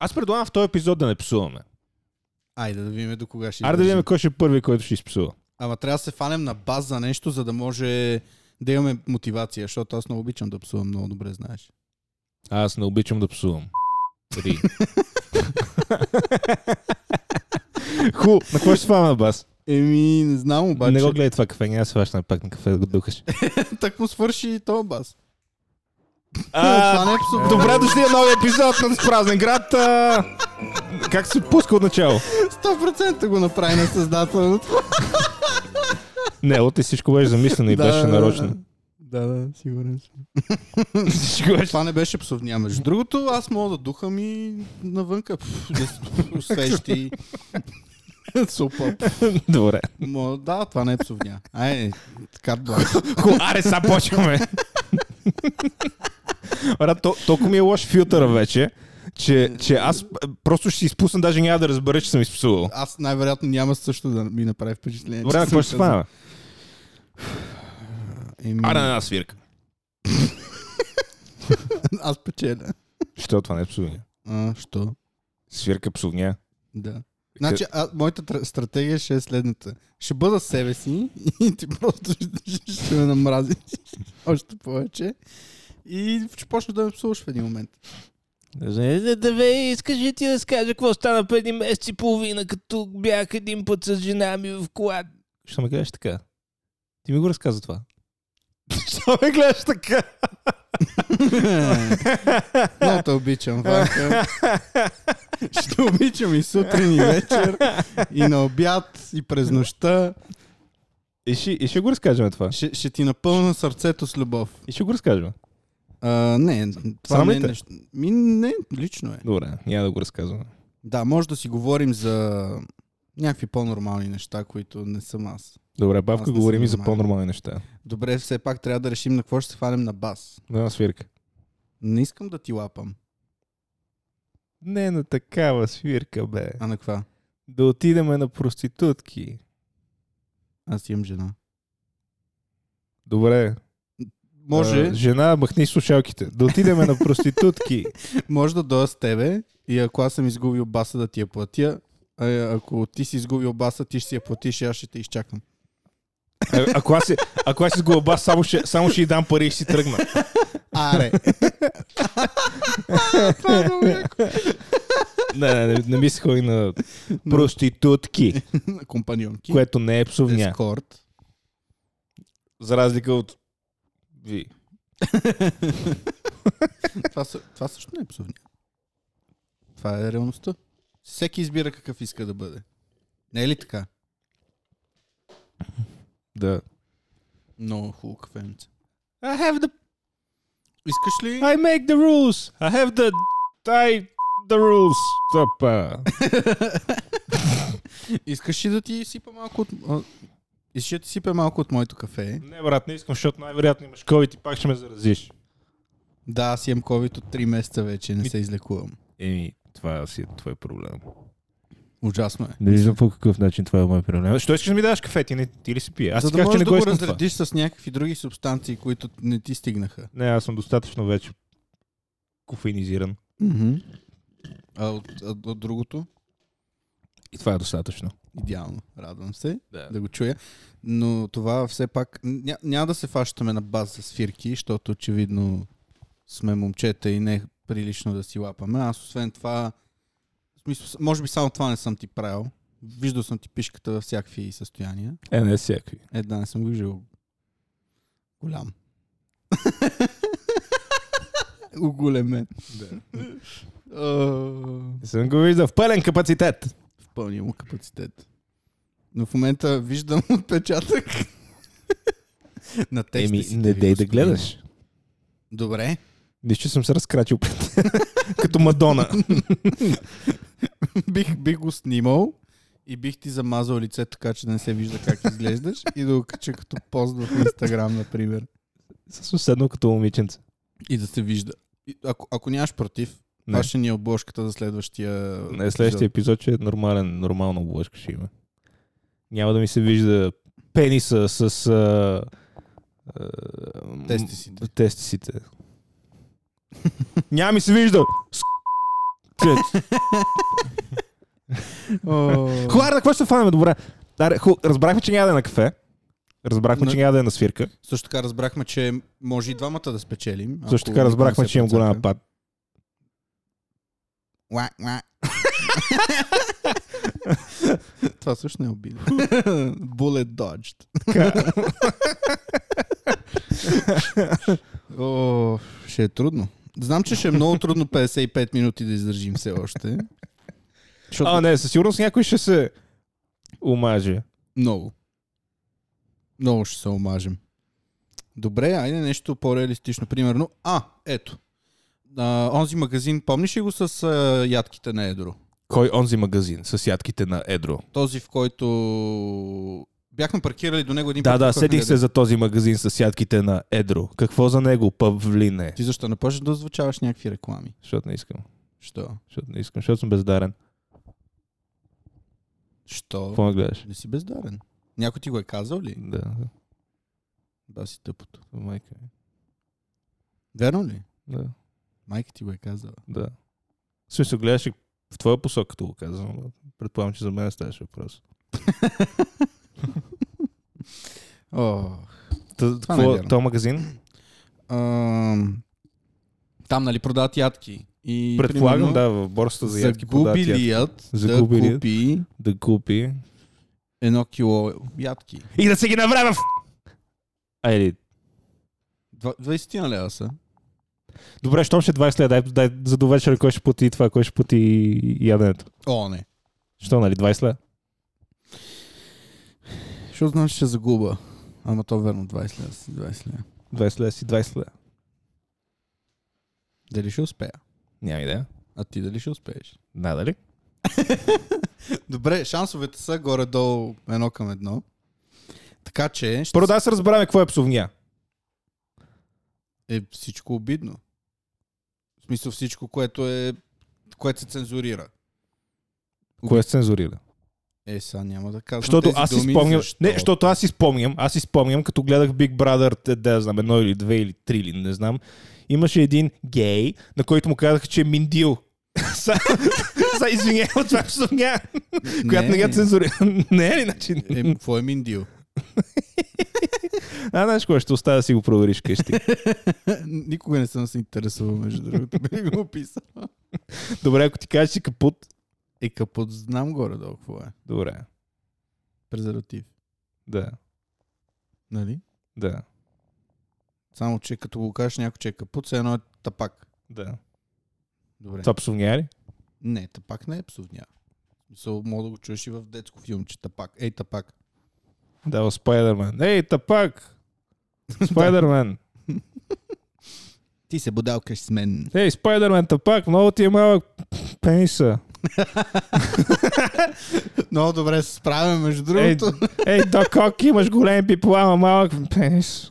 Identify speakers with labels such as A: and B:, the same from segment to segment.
A: Аз предлагам в този епизод да не псуваме.
B: Айде да видим до кога ще
A: Аре да видим
B: издържим.
A: кой ще е първи, който ще изпсува.
B: Ама трябва да се фанем на база за нещо, за да може да имаме мотивация, защото аз много обичам да псувам, много добре знаеш.
A: Аз не обичам да псувам. Три. Ху, на какво ще сваме на бас?
B: Еми, не знам обаче.
A: Не го гледай това кафе, няма да сващаме пак на кафе да го духаш.
B: так му свърши и то бас.
A: А,
B: това не е псуване.
A: Добре дошли на нови епизод на Празен град. А, Как се пуска от начало?
B: 100% го направи на създателно.
A: Не, от и всичко беше замислено и беше нарочно.
B: Да, да, сигурен съм.
A: Всичко беше-
B: Това не беше псовния. Между другото, аз мога да духам и навънка. Пф, да с- Усещи. Супа.
A: Добре.
B: Мо- Да, това не е псовня. Ай, така благ.
A: Ху, аре, сега почваме. Брат, то, толкова ми е лош филтъра вече, че, че аз п- просто ще си изпусна, даже няма да разбера, че съм изпсувал.
B: Аз най-вероятно няма също да ми направи впечатление.
A: Добре, на какво ще спаме?
B: Еми,
A: Аре на една свирка.
B: аз печеля.
A: Що това не е псувня?
B: А, що?
A: Свирка псувня.
B: Да. Значи, а, моята тр- стратегия ще е следната. Ще бъда себе си и ти просто ще, ще ме намразиш още повече. И ще почнеш да ме псуваш в един момент.
C: Здравей, искаш ли ти да скажа какво стана преди месец и половина, като бях един път с жена ми в колата?
A: Що ме гледаш така? Ти ми го разказа това. Що ме гледаш така?
B: Много те обичам, Ванка. Ще обичам и сутрин, и вечер, и на обяд, и през нощта.
A: И ще, и ще го разкажем това.
B: Ще, ще ти напълна сърцето с любов.
A: И ще го разкажем.
B: А, не, това
A: Срам ли
B: не е
A: те?
B: нещо. Ми, не, лично е.
A: Добре, няма да го разказваме.
B: Да, може да си говорим за някакви по-нормални неща, които не съм аз.
A: Добре,
B: Аз
A: бавка,
B: не
A: говорим
B: съм
A: и за
B: нормален.
A: по-нормални неща.
B: Добре, все пак трябва да решим на какво ще се хванем на бас.
A: На една свирка.
B: Не искам да ти лапам.
A: Не на такава свирка, бе.
B: А на каква?
A: Да отидеме на проститутки.
B: Аз имам жена.
A: Добре.
B: Може,
A: А, жена, махни слушалките. Да отидеме на проститутки.
B: може да дойда с тебе и ако аз съм изгубил баса да ти я платя, а ако ти си изгубил баса, ти ще си я платиш и аз ще те изчакам.
A: А, Е, ако аз, си- ако аз си с глоба, само ще, само ще й дам пари и ще си тръгна.
B: Аре! Това е много яко.
A: Не, не, не, не ми се ходи на проститутки,
B: Компаньонки.
A: което не е псовня.
B: Ескорт.
A: За разлика от ви.
B: Това, съ- това също не е псовня. Това е реалността. Всеки избира какъв иска да бъде. Не е ли така?
A: Да.
B: Много хубаво кафенце.
A: I have the...
B: Искаш ли?
A: I make the rules. I have the... I... The rules. Топа.
B: Искаш ли да ти сипа малко от... а, Искаш ли да ти сипе малко от моето кафе?
A: Не, брат, не искам, защото най-вероятно имаш COVID и пак ще ме заразиш.
B: Да, аз имам COVID от 3 месеца вече, не
A: Ми-
B: се излекувам.
A: Еми, това си е твой проблем.
B: Ужасно е.
A: Не виждам по какъв начин това е мой проблем. Що искаш да ми даш кафе? Ти, не, ти ли си пие? Аз
B: За
A: ти
B: да
A: казах, че
B: можеш
A: не
B: да
A: го
B: го
A: искам това.
B: разредиш с някакви други субстанции, които не ти стигнаха.
A: Не, аз съм достатъчно вече кофеинизиран.
B: А от, а от другото?
A: И това е достатъчно.
B: Идеално. Радвам се
A: Да.
B: да го чуя. Но това все пак... Ня, няма да се фащаме на база свирки, защото очевидно сме момчета и не е прилично да си лапаме. Аз освен това... в Смисъл, с- може би само това не съм ти правил. Виждал съм ти пишката във всякакви състояния.
A: Е, не всякакви.
B: Е, да, не съм го виждал. Голям. Оголемен.
A: Да.
B: А,
A: Не съм го виждал в пълен капацитет.
B: В пълния му капацитет. Но в момента виждам отпечатък. На текста
A: Еми,
B: си
A: не
B: ти,
A: дей да
B: господин.
A: гледаш.
B: Добре.
A: Нищо, че съм се разкрачил пред като Мадона.
B: бих, бих го снимал и бих ти замазал лице, така че да не се вижда как изглеждаш и да го кача като пост в Инстаграм, например.
A: С уседно като момиченце.
B: И да се вижда. И, ако, ако нямаш против,
A: Не.
B: това ще ни е обложката за следващия...
A: Не, следващия епизод ще е нормален, нормална облъчка ще има. Няма да ми се вижда пениса с... А, а,
B: Тестисите.
A: Тестисите. Няма ми се виждал! С- Хора, какво ще фанеме? Добре. Аре, ху, разбрахме, че няма да е на кафе. Разбрахме,
B: Не.
A: че няма да е на свирка.
B: Също така разбрахме, че може и двамата да спечелим.
A: Също така разбрахме, че имам голям пад.
B: Уа, уа. Това също не е обида. Bullet dodged. О, ще е трудно. Знам, че ще е много трудно 55 минути да издържим все още. Защото
A: А, не, със сигурност някой ще се омаже.
B: Много. Много ще се омажем. Добре, айде нещо по-реалистично. Примерно, а, ето. А, онзи магазин, помниш ли го с а, ядките на Едро?
A: Кой онзи магазин с ядките на Едро?
B: Този, в който бяхме паркирали до него един
A: Да,
B: път. нали,
A: да,
B: отидохме
A: седих
B: да
A: се
B: ядем.
A: за този магазин с ядките на Едро. Какво за него? Павлине.
B: Ти защо не почнеш да озвучаваш някакви реклами?
A: Защото не искам.
B: Що?
A: Защото не искам. Защото съм бездарен.
B: Що?
A: Какво ме гледаш?
B: Не си бездарен. Някой ти го е казал ли?
A: Да, е
B: Да, си тъпото.
A: майка. ми.
B: Верно ли?
A: Да,
B: Майка ти го е казала.
A: да. В смисъл, гледаш и в твоя посока, като го казвам. но Предполагам, че за мен ставаше въпрос.
B: О,
A: Та,
B: не е
A: какво,
B: вярно.
A: този магазин?
B: ам, там, нали, продават ядки. И,
A: Предполагам,
B: примерно,
A: да, в борсата за ядки продават ядки.
B: Загубилият да
A: Загубилият.
B: купи
A: Да купи.
B: едно кило ядки.
A: И да се ги навре в... Айде,
B: Два- 20 на лева са.
A: Добре, щом ще 20 лева, дай, дай за до вечера кой ще плати това, кой ще плати яденето.
B: О, не.
A: Що, нали, 20 лева?
B: Защото знам, че ще загуба. Ама то верно, 20 лева са. 20 лева.
A: 20 лева си, 20 лева.
B: Дали ще успея?
A: Няма идея.
B: А ти дали ще успееш?
A: Да, дали?
B: Добре, шансовете са горе-долу едно към едно. Така че... Ще...
A: Първо да се разберем какво е псовня.
B: Е всичко обидно. В смисъл всичко, което е... Което се цензурира.
A: Кое се цензурира?
B: Е, сега няма да казвам
A: Защото
B: тези
A: аз си
B: думи,
A: спомням.
B: защото-
A: Не, защото аз си спомням, аз си спомням, като гледах Big Brother, те, да знам, едно или две или три или не знам. Имаше един гей, на който му казаха, че е миндил. Са, са извинявам, това е псовня, която не
B: е.
A: ги цензурира. Не е ли начин?
B: Е, какво е Миндио?
A: А, знаеш кое, ще оставя да си го провериш къщи.
B: Никога не съм се интересувал, между другото, би го описал.
A: Добре, ако ти кажеш, че капут,
B: Е, капот знам горе-долу какво е.
A: добре.
B: Презерватив.
A: Да,
B: Нали?
A: да,
B: Само, че като го кажеш някой, че е капут, все едно е тапак.
A: да.
B: Добре.
A: Това псовня ли?
B: Не, тапак не е псовня. Мисъл, мога да го чуеш и в детско филм, че тапак. Ей, тапак.
A: Да, в Спайдермен. Ей, тапак! Спайдермен!
B: Ти се бодалкаш с мен.
A: Ей, Спайдермен, тапак, много ти е малък пениса.
B: Много добре се справяме, между
A: Ей,
B: другото.
A: ей Докок, имаш голем пипла, ама малък пенис.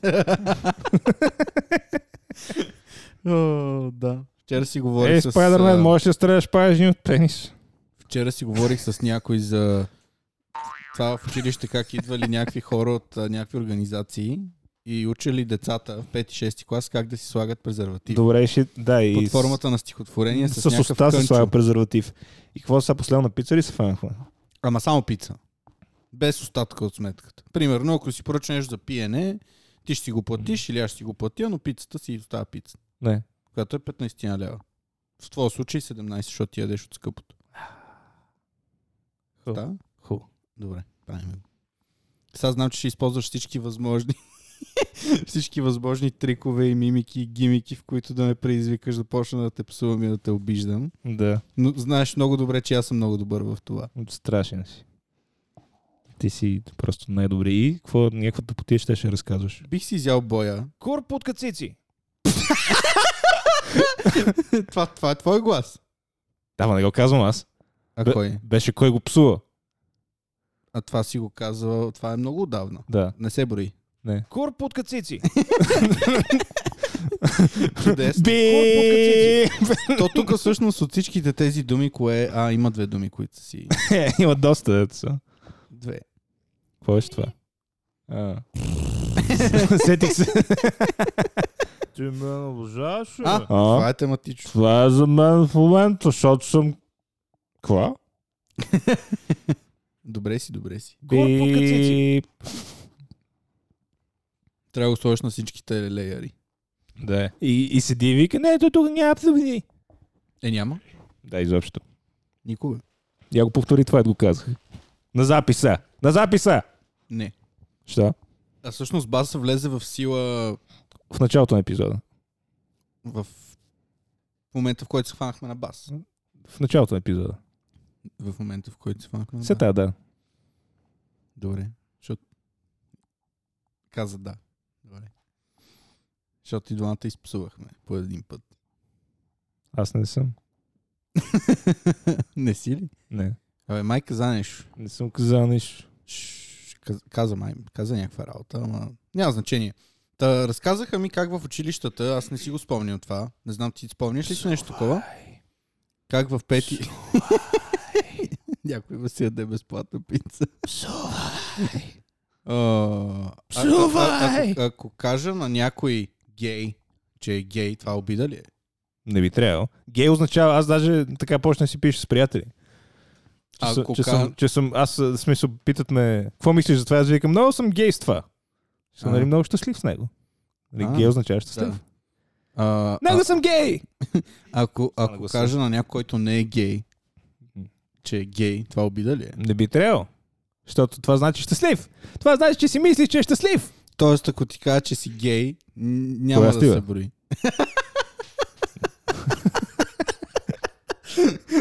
B: О, да. Вчера си говорих
A: Ей,
B: с...
A: Спайдермен,
B: а,
A: можеш да стреляш паяжни от пенис.
B: Вчера си говорих с някой за това в училище, как идвали някакви хора от а, някакви организации и учили децата в 5-6 клас как да си слагат презерватив.
A: Добре, ще... Да, и
B: Под
A: с-
B: формата на стихотворение с,
A: с, с
B: някакъв
A: уста се
B: кънчо.
A: слага презерватив. И какво са последно на пица ли се фанахме?
B: Ама само пица. Без остатъка от сметката. Примерно, ако си поръча нещо за пиене, ти ще си го платиш или аз ще си го платя, но пицата си остава пица,
A: Не.
B: която е 15 на лева. В твоя случай 17, защото ти ядеш от скъпото.
A: Хуб.
B: Да?
A: Ху.
B: Добре, правим го. Сега знам, че ще използваш всички възможни всички възможни трикове и мимики и гимики, в които да ме предизвикаш да почна да те псувам и да те обиждам.
A: Да,
B: Но знаеш много добре, че аз съм много добър в това.
A: страшен си. Ти си просто най-добре. И какво, някаква тъпотия ще ще разказваш?
B: Бих си изял боя.
A: Кур под кацици.
B: това, това е твой глас.
A: Да, ма не го казвам аз.
B: А
A: Бе-
B: кой?
A: Беше кой го псува.
B: А това си го казва, това е много отдавна.
A: Да.
B: Не се брои.
A: Не. Кур под кацици.
B: Чудесно.
A: Би!
B: То тук всъщност от всичките тези думи, кое... А, има две думи, които са си...
A: Има доста деца.
B: Две.
A: Какво беше това? А. Сетих се. Ти ме обожаваш.
B: А,
A: бе.
B: това е тематично.
A: Това е за мен в момента, защото съм... Ква?
B: Добре си, добре си.
C: Кой пука цици?
B: Трябва да го сложиш на всичките леяри.
A: Да. И, и седи и вика, не, то тук няма псевдини.
B: Е, няма.
A: Да, изобщо.
B: Никога.
A: Я го повтори това, го казах. На записа. На записа!
B: Не.
A: Що?
B: А всъщност база влезе в сила
A: В началото на епизода.
B: в момента, в който се хванахме на бас.
A: В началото на епизода.
B: В момента, в който се хванахме на
A: Все
B: бас.
A: тая, да.
B: Добре. Защото... Каза да. Добре. Защото и двамата изпсувахме по един път.
A: Аз не съм.
B: не си ли?
A: Не.
B: Абе, май каза нещо.
A: Не съм казал нищо.
B: Ш- каз- Каза май, каза някаква работа, ама няма значение. Та, разказаха ми как в училищата, аз не си го спомням това, не знам ти спомняш ли си нещо такова? Как в пети... Някой ме си яде безплатна пица. А, а- а-
C: Псувай!
B: ако- Ако кажа на някой гей, че е гей, това обида ли е?
A: Не би трябвало. Гей означава, аз даже така почна да си пиша с приятели. Че, съм,
B: Ако
A: че,
B: ка-
A: съм, че съм, аз а, в смисъл, питат ме, какво мислиш за това? Аз викам, много съм гей с това. Ще съм
B: А.
A: нали, много щастлив с него.
B: А.
A: Нали, гей означава щастлив.
B: Да. А, а-
A: Много съм гей!
B: Ако, ако
A: гласа.
B: кажа на някой, който не е гей,
A: Мгм.
B: че е гей, това обида ли е?
A: Не би трябвало. Защото това значи щастлив. Това значи, че си мислиш, че е щастлив.
B: Тоест, ако ти кажа, че си гей, н- няма
A: Кога
B: да
A: стига?
B: се брои.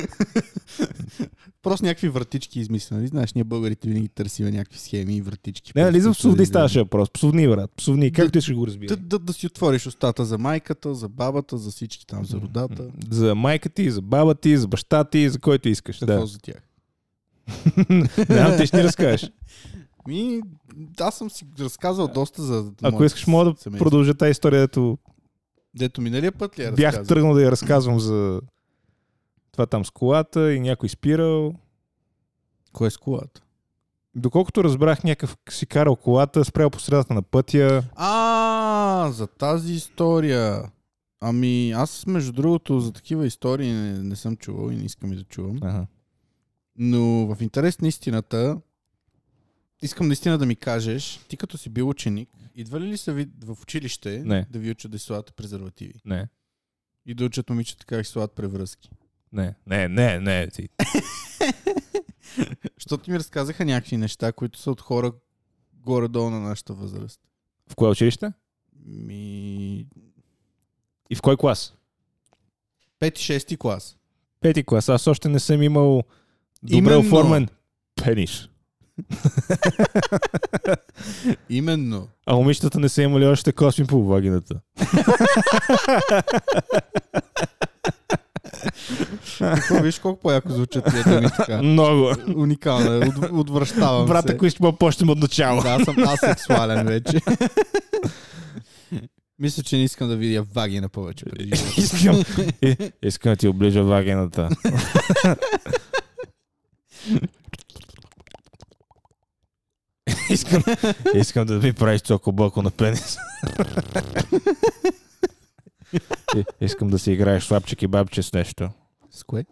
B: Просто някакви вратички измисля, нали? Знаеш, ние българите винаги търсиме някакви схеми и вратички.
A: Не, нали
B: Просто
A: за
B: да
A: псовни
B: излезе.
A: ставаше въпрос. Псовни, брат. Псовни. Как
B: Да-
A: ти ще го разбира?
B: Да, да, да си отвориш устата за майката, за бабата, за всички там, за родата.
A: За майка ти, за баба ти, за баща ти, за който искаш.
B: Какво
A: Да.
B: за тях?
A: Не знам, ти ще ни разкажеш.
B: Ми, аз съм си разказал доста за.
A: Ако
B: моето
A: искаш, мога да
B: семейство.
A: продължа тази история, дето
B: Дето миналия път ли я
A: бях
B: разказах?
A: тръгнал да я разказвам за това там с колата и някой спирал.
B: Кой е с колата?
A: Доколкото разбрах, някакъв си карал колата, спрял по средата на пътя.
B: А, за тази история. Ами, аз между другото за такива истории не, не съм чувал и не искам и да чувам.
A: Ага.
B: Но в интерес на истината, искам наистина да ми кажеш, ти като си бил ученик, идва ли ли са ви в училище
A: Не.
B: да ви учат да си слагате презервативи?
A: Не,
B: И да учат момичета как си слагат превръзки?
A: не, не, не, не. Ти.
B: Защото ми разказаха някакви неща, които са от хора горе-долу на нашата възраст.
A: В кое училище?
B: Ми...
A: И в кой клас?
B: 5-6 клас.
A: Пети клас. Аз още не съм имал добре
B: Именно.
A: оформен пенис.
B: Именно.
A: А момичетата не са имали още косми по вагината.
B: Тук Виж колко по-яко звучат тия думи така.
A: Много.
B: Уникално е. От, отвръщавам
A: Брат,
B: се.
A: ако ще почнем от начало.
B: Да, аз съм асексуален вече. Мисля, че не искам да видя вагина повече. преди живота.
A: искам, и- искам да ти оближа вагината. искам, искам да ми правиш цокобоко на пенис. И- искам да си играеш слабчик и бабче с нещо.
B: С кое?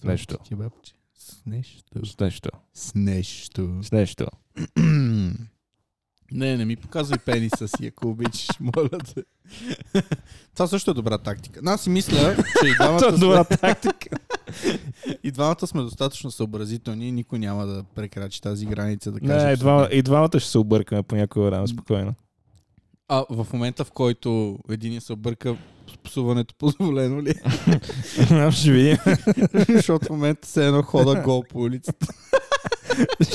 A: С нещо.
B: Ти, бабче. С нещо.
A: С нещо.
B: С нещо.
A: С нещо.
B: не, не ми показвай пениса си, ако обичаш, моля те. Това също е добра тактика. Но аз си мисля, че и
A: Това е
B: двамата,
A: добра
B: сме,
A: тактика.
B: и двамата сме достатъчно съобразителни и никой няма да прекрачи тази граница да каже.
A: Не, и,
B: абсолютно
A: двама, и двамата ще се объркаме по някое време спокойно.
B: А в момента, в който един се обърка, псуването позволено ли? е?
A: ще видим.
B: Защото в момента се едно хода гол по улицата.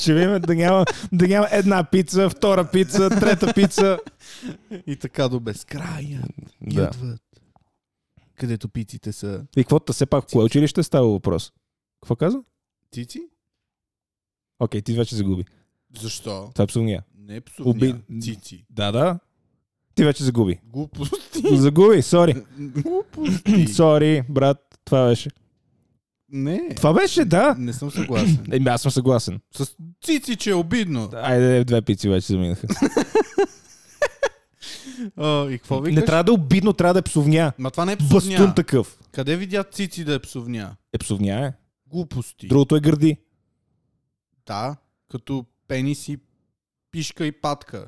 A: Ще видим да няма, да няма една пица, втора пица, трета пица.
B: И така до безкрая. И
A: Да.
B: отвъд. Където пиците са.
A: И каквото все пак, в кое училище става въпрос? Какво каза?
B: Цици?
A: Окей, ти вече загуби.
B: Защо?
A: Това е псовния.
B: Не псувня.
A: Уби-
B: Цици.
A: Да, да. Ти вече загуби.
B: Глупости.
A: Загуби, сори.
B: Глупости.
A: Сори, брат, това беше.
B: Не.
A: Това беше, да.
B: Не съм съгласен.
A: Еми, аз съм съгласен.
B: С цици, че е обидно.
A: Айде, две пици вече заминаха.
B: О, и какво викаш?
A: Не трябва да е обидно, трябва да е псовня.
B: Ма това не е
A: Бастун
B: псовня.
A: такъв.
B: Къде видя цици да е псовня?
A: Е псовня е.
B: Глупости.
A: Другото е гърди.
B: Да, като пенис и пишка и патка.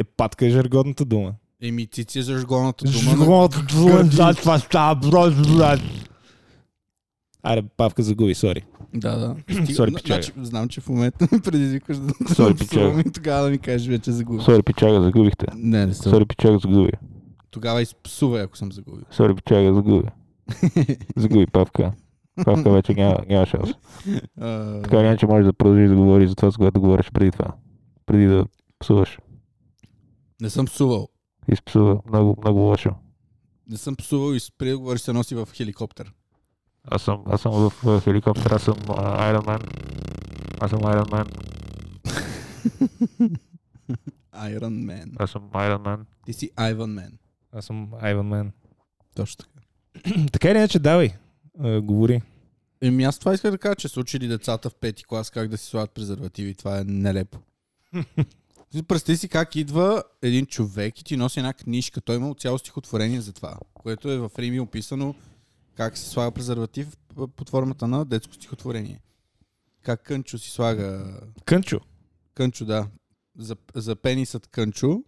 A: Е патка е жаргодната дума.
B: Еми, цици е жаргонната дума. нали? но-
A: Жаргодната дума,
B: Гърди.
A: да, това става брос, брат. Аре, Павка загуби, сори.
B: Да, да.
A: Сори,
B: Н-
A: пичага.
B: значи, знам, че в момента ме предизвикваш да
A: Сори,
B: да псувам и тогава да ми кажеш вече загубих.
A: Сори, пичага, загубихте.
B: Не, не съм.
A: пичага, загуби.
B: Тогава изпсувай, ако съм загубил.
A: Сори, пичага, загуби. Загуби Павка. Павка вече няма, няма шанс.
B: А,
D: Така или иначе можеш да продължиш да говориш за това, с което говориш преди това. Преди да псуваш.
B: не съм псувал.
D: Изпсува. Много, много лошо.
B: Не съм псувал и спри да говориш се носи в хеликоптер.
D: Аз съм, аз съм в а, хеликоптер, аз съм а, Iron Man. Аз съм Iron Man.
B: Iron Man.
D: Аз съм Iron Man.
B: Ти си Ivan Man.
A: Аз съм Айван Мен.
B: Точно така.
A: Така или иначе, давай. А, говори.
B: Еми аз това исках да кажа, че са учили децата в пети клас как да си слагат презервативи. Това е нелепо. Представи си как идва един човек и ти носи една книжка. Той има цяло стихотворение за това, което е в Рими описано как се слага презерватив п- под формата на детско стихотворение. Как Кънчо си слага...
A: Кънчо.
B: Кънчо, да. За, за пенисът Кънчо,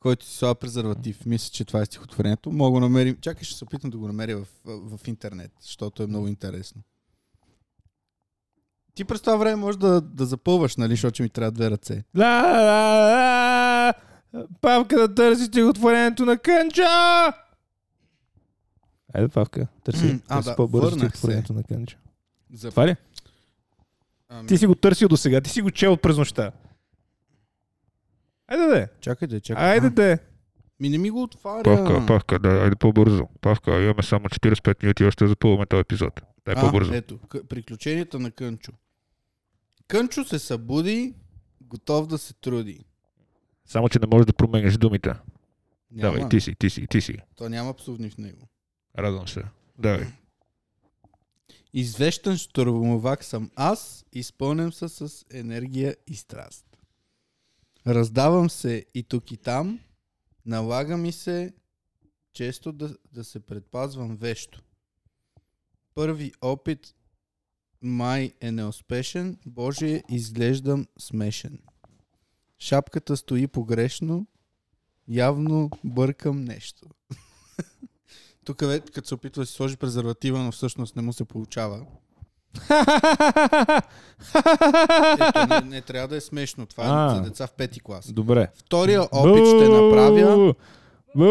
B: който си слага презерватив. Мисля, че това е стихотворението. Мога да намерим... Чакай, ще се опитам да го намеря в, в в интернет, защото е много интересно. Ти през това време можеш да, да запълваш, нали, защото ми трябва две ръце.
A: Ла, ла, ла, Павка да търси стихотворението на Кънчо! Айде, Павка, търси,
B: А,
A: търси
B: да,
A: по-бързо
B: върнах се.
A: стихотворението на Кънчо.
B: За...
A: Това ли?
B: Ами...
A: Ти си го търсил до сега, ти си го чел през нощта. Айде да е.
B: Чакай да чакай.
A: Айде да е.
B: Ми не ми го отваря.
D: Павка, павка, да, айде по-бързо. Павка, имаме само 45 минути, още запълваме този епизод. Дай Е по-бързо.
B: А, ето, к- приключенията на Кънчо. Кънчо се събуди, готов да се труди.
D: Само, че не можеш да променяш думите.
B: Няма,
D: Давай, ти си, ти си, ти си.
B: То няма псовни в него.
D: Радвам се. Давай.
B: Извещен штурмовак съм аз, изпълнен се с енергия и страст. Раздавам се и тук и там, налага ми се често да, да се предпазвам вещо. Първи опит май е неуспешен, Боже, изглеждам смешен. Шапката стои погрешно, явно бъркам нещо. Тук, ве- като се опитва да си сложи презерватива, но всъщност не му се получава. Ето, не, не трябва да е смешно. Това е
A: А.
B: за деца в пети клас.
A: Добре.
B: Втория опит ще направя.
A: Бу!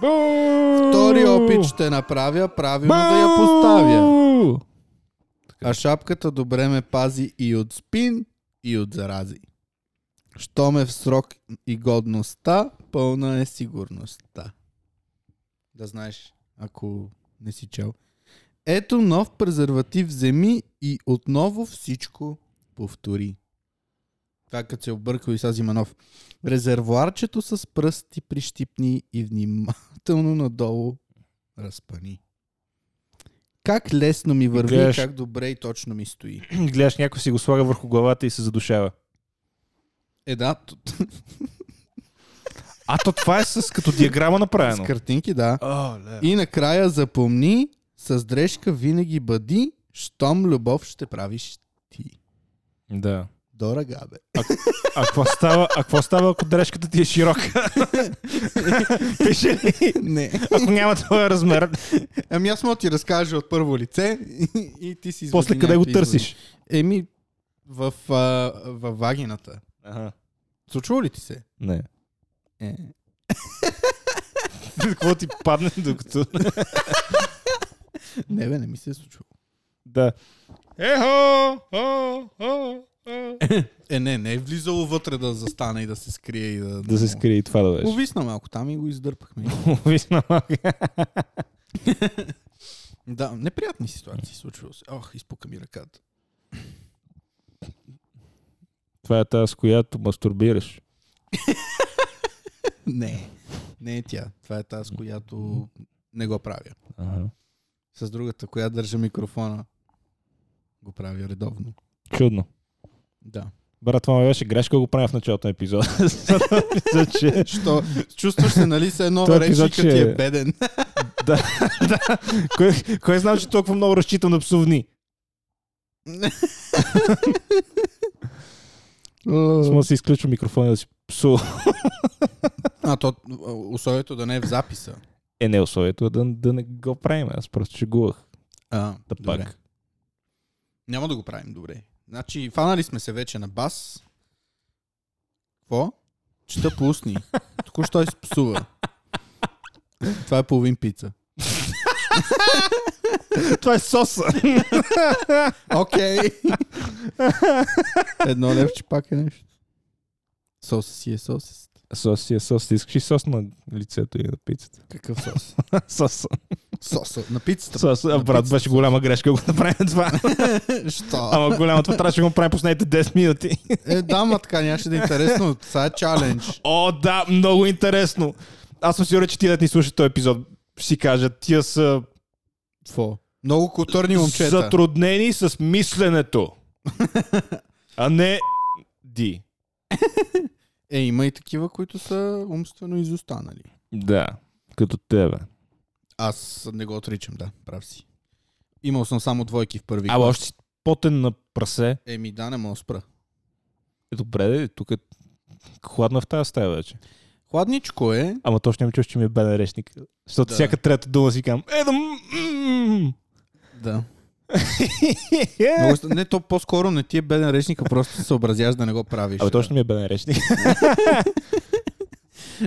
A: Бу!
B: Втори опит ще направя, правилно да я поставя. А шапката добре ме пази и от спин, и от зарази. Що ме в срок и годността, пълна е сигурността. Да знаеш, ако не си чел. Ето нов презерватив вземи и отново всичко повтори. Това като се е объркал и сега взима нов. Резервуарчето с пръсти прищипни и внимателно надолу разпани. Как лесно ми върви,
A: гледаш-
B: как добре и точно ми стои.
A: Гледаш, някой си го слага върху главата и се задушава.
B: Е, да, т-
A: А то това е с като диаграма
B: с
A: направено.
B: картинки, да.
A: О, ле.
B: И накрая запомни, с дрежка винаги бъди, щом любов ще правиш ти.
A: Да.
B: Дора Габе.
A: А какво става, а какво става ако дрешката ти е широка? Пише ли?
B: Не.
A: Ако няма твоя размер,
B: Ами аз мога да ти разкажа от първо лице и, и ти си извади
A: после къде го
B: някакви
A: търсиш?
B: изводи. Еми, в, а, в вагината.
A: Ага.
B: Случва ли ти се?
A: Не.
B: Е.
A: Какво ти падне докато...
B: Не бе, не ми се е случило.
A: Да. Ехо! О, о, о.
B: Е, не, не е влизало вътре да застане и да се скрие и да...
A: Да се скрие и това да беше.
B: Увисна малко там и го издърпахме.
A: Увисна малко.
B: да, неприятни ситуации случвало се. Ох, изпука ми ръката.
A: Това е тази, с която мастурбираш.
B: Не, не е тя. Това е тази, с която не го правя.
A: Ага.
B: С другата, която държа микрофона, го правя редовно.
A: Чудно.
B: Да.
A: Брат, това ми беше грешка, го правя в началото на епизода. Мисля, че...
B: Що? Чувстваш се, нали, се едно
A: Той
B: речи,
A: епизод,
B: като ти
A: че-
B: е беден.
A: Кой, кой знам, че толкова много разчитам на псовни? Само да си изключва микрофона и да си псу.
B: А то а, условието да не е в записа.
A: Е, не условието е да, да не го правим. Аз просто шегувах.
B: А,
A: Та
B: добре.
A: пак.
B: Няма да го правим, добре. Значи, фанали сме се вече на бас. Какво? Чета по устни. Току-що той се псува. Това е половин пица.
A: Това е соса.
B: Окей. Едно левче пак е нещо. Соса си е сосис.
A: Сос си е сос. Ти искаш и сос на лицето и на пицата.
B: Какъв сос?
A: Сос.
B: Соса. На пицата.
A: сос. А, брат, беше голяма грешка го направим това.
B: Що?
A: Ама голяма това трябваше да го правим последните 10 минути.
B: Е, да, ма така, нямаше да е интересно. Това е чалендж.
A: О, да, много интересно. Аз съм сигурен, че ти да ни слушат този епизод. Ще си кажат, тия са
B: Какво? Много културни момчета.
A: затруднени с мисленето. А не ди.
B: Е, има и такива, които са умствено изостанали.
A: Да, като тебе.
B: Аз не го отричам, да, прав си. Имал съм само двойки в първи
A: Абе,
B: клас.
A: още си потен на прасе.
B: Еми да, не мога да спра.
A: Е, добре, де, тук е хладно в тази стая вече.
B: Хладничко е.
A: Ама точно ми чуш, че ми е беден речник. Защото
B: Да.
A: всяка трета дума си кам. Е, да... м- е.
B: Да. Много... ст- Не, то по-скоро не ти е беден речник, а просто се съобразяваш да не го правиш.
A: Абе, точно ми е беден речник.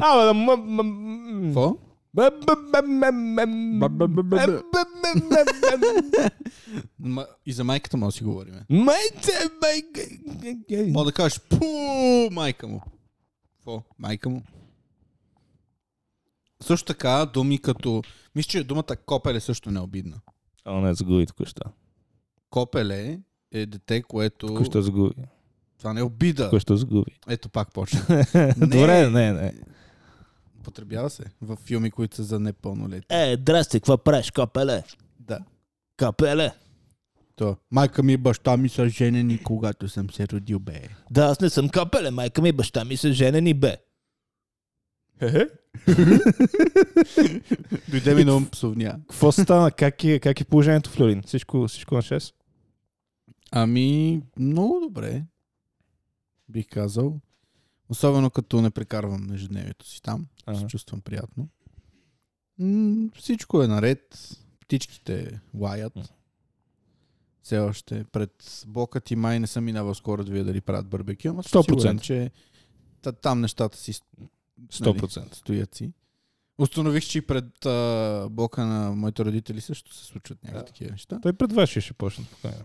A: Абе, да... м- м- м-
B: Какво?
A: Бе, бе, бе, ме, ме, ме. Бе, бе, бе, бе, бе, бе, бе.
B: Ма... И за майката му да си говорим.
A: Майте, майка.
B: Мога да кажеш, пу, майка му. Какво? Майка му. Също така, думи като... Мисля, че думата копеле също не е обидна.
A: О, не, загуби току-що.
B: Копеле е дете, което...
A: Току-що загуби.
B: Това не е обида.
A: Току-що загуби.
B: Ето пак почна.
A: Добре, не, не.
B: Потребява се в филми, които са за непълнолетни.
C: Е, здрасти, какво правиш, капеле?
B: Да.
C: Капеле?
B: То. Майка ми и баща ми са женени, когато съм се родил, бе.
C: Да, аз не съм капеле, майка ми и баща ми са женени, бе.
B: Дойде ми на ум псовня.
A: Какво стана? Как е, как е положението в Люлин? Всичко, всичко на 6?
B: Ами, много добре. Бих казал. Особено като не прекарвам ежедневието си там. Се чувствам приятно. М- всичко е наред. Птичките лаят. Все още пред блока ти май не съм минавал скоро да видя дали правят барбекю, ама съм
A: 100%.
B: сигурен, че та- там нещата си
C: Нали?
A: 100%.
B: стоят си. Установих, че и пред а, блока на моите родители също се случват някакви
A: Да.
B: такива неща.
A: Той пред вашия ще почне спокойно.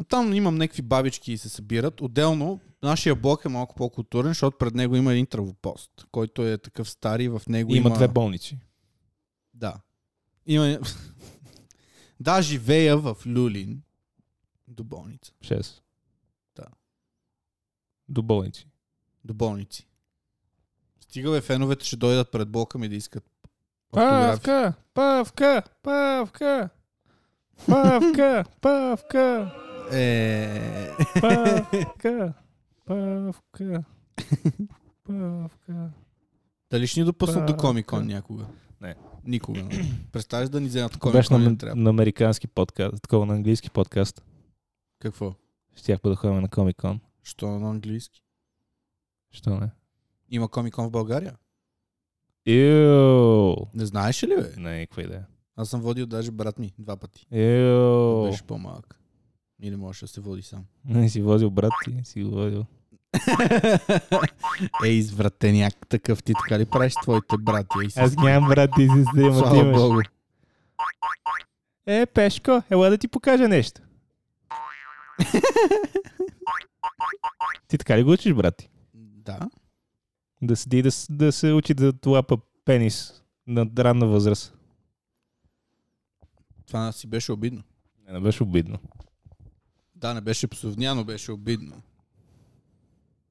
B: А Там имам някакви бабички и се събират. Отделно, нашия блок е малко по-културен, защото пред него има един травопост, който е такъв стар и в него има...
A: Има две болници.
B: Да. Има... да, живея в Люлин до болница.
A: 6.
B: Да.
A: До болници.
B: До болници. Стига бе, феновете ще дойдат пред блока ми да искат автографи.
A: Павка, Павка, Павка. Павка, Павка,
B: Е...
A: Павка, Павка, Павка.
B: Дали ще ни допуснат до
A: Пак.
B: Комикон някога?
A: Не.
B: Никога. не. Представяш да ни вземат
A: Беше
B: Комикон,
A: на,
B: не трябва.
A: на американски подкаст, такова на английски подкаст.
B: Какво?
A: Щяхме да ходим на Комикон.
B: Що на английски?
A: Що не?
B: Има Комикон в България?
A: Иу.
B: Не знаеш ли бе?
A: Не, никаква идея.
B: Аз съм водил даже брат ми два пъти. Като
A: Иу.
B: Беше по-малък. Или можеше да се води сам.
A: Не си возил брат ти, си го возил.
B: Ей, извратеняк Е, такъв ти така ли правиш твоите брати? Ей, си
A: Аз нямам брат и сестри, ама ти
B: Слава
A: имаш.
B: Богу.
A: Е, Пешко, ела да ти покажа нещо. ти така ли го учиш, брат ти?
B: Да.
A: Да седи и да, с- да се учи да лапа пенис на ранна възраст.
B: Това си беше обидно.
A: Не, не беше обидно.
B: Да, не беше псовня, но беше обидно.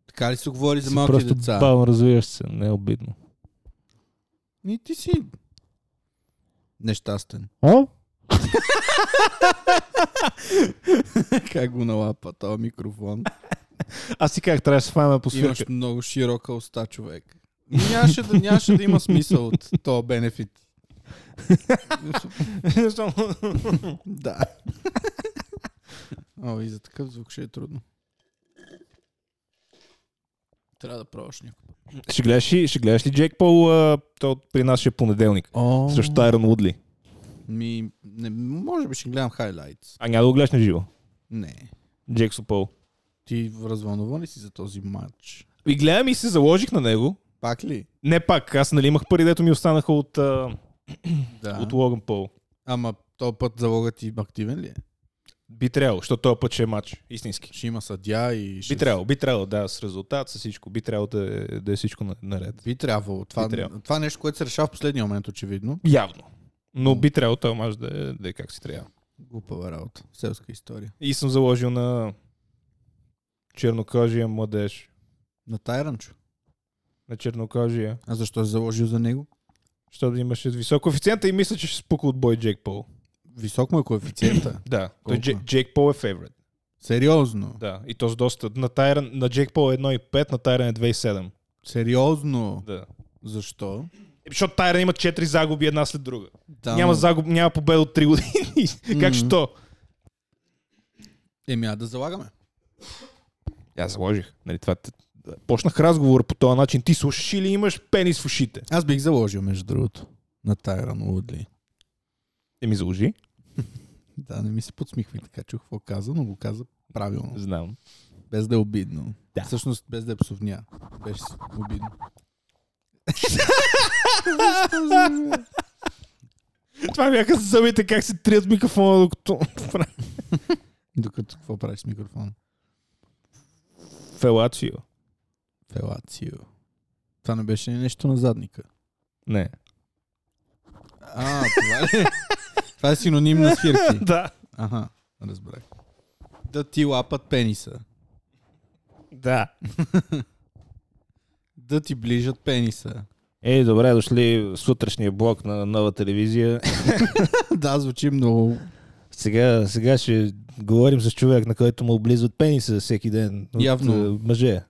B: Така ли се говори за
A: Си
B: малки
A: просто
B: деца?
A: бавно развиваш се, не е обидно.
B: И ти си нещастен.
A: О?
B: как го налапа този микрофон?
A: Аз си как трябва да се фана по свирка.
B: Имаш много широка уста, човек. Нямаше да, нямаше да има смисъл от този бенефит.
A: Само-
B: Да. О, и за такъв звук ще е трудно. Трябва да пробваш някой.
A: ще, гледаш ли, ще гледаш ли Джек Пол? а, то при нас ще е понеделник.
B: О,
A: Срещу Айрон Удли.
B: Ми, не, може би ще гледам хайлайтс.
A: А няма да го гледаш на живо.
B: Не.
A: Джексо Пол.
B: Ти развълнуван ли си за този матч?
A: И гледам и се заложих на него.
B: Пак ли?
A: Не пак, аз нали имах пари, дето ми останаха от, а,
B: Да.
A: от Логан Пол.
B: Ама този път залогът ти активен ли е?
A: Би трябвало, защото този път ще е матч. Истински.
B: Ще има съдя и ще...
A: Би трябвало, би трябвало, да, с резултат, с всичко. Би трябвало да, е- да е всичко на- наред.
B: Би трябвало. Това,
A: Би трябвало.
B: това е нещо, което се решава в последния момент, очевидно.
A: Явно. Но би трябвало този матч да е, да е как си трябва.
B: Глупава работа. Селска история.
A: И съм заложил на чернокожия младеж.
B: На Тайранчо.
A: На чернокожия.
B: А защо си заложил за него?
A: Защото имаше висок коефициент и мисля, че ще спука от бой Джек Пол.
B: Висок му е коефициента.
A: Да. Той
B: Колко е?
A: Джек, Джек Пол е фейворит.
B: Сериозно.
A: Да. И то с доста. На, Тайран, на Джек Пол е 1,5, на Тайран е 2,7.
B: Сериозно.
A: Да.
B: Защо?
A: Е, Защото Тайран има 4 загуби една след друга.
B: Да,
A: Няма
B: но-
A: загуб, няма победа от 3 години.
B: Мгм.
A: как що?
B: Еми, а да залагаме.
A: Аз заложих. Нали, това... т- Почнах разговор по този начин. Ти слушаш или имаш пенис в ушите?
B: Аз бих заложил, между другото, на Тайран Удли.
A: Еми, заложи.
B: Да, не ми се подсмихвай така, чух какво каза, но го каза правилно.
A: Знам.
B: Без да е обидно.
A: Да.
B: Всъщност, без да е псовня. Беше си обидно.
A: Това бяха зъбите как се трият микрофона, докато...
B: Докато какво правиш с микрофон?
A: Фелацио.
B: Фелацио. Това не беше ли нещо на задника.
A: Не.
B: А, това ли? е? това е синоним на свирки.
A: Да.
B: Аха, разбрах. Да ти лапат пениса.
A: Да.
B: Да ти ближат пениса.
A: Ей, добре дошли в сутрешния блок на нова телевизия.
B: да, звучи много.
A: Сега, сега ще говорим с човек, на който му облизват пениса всеки ден. от,
B: Явно.
A: е, мъже.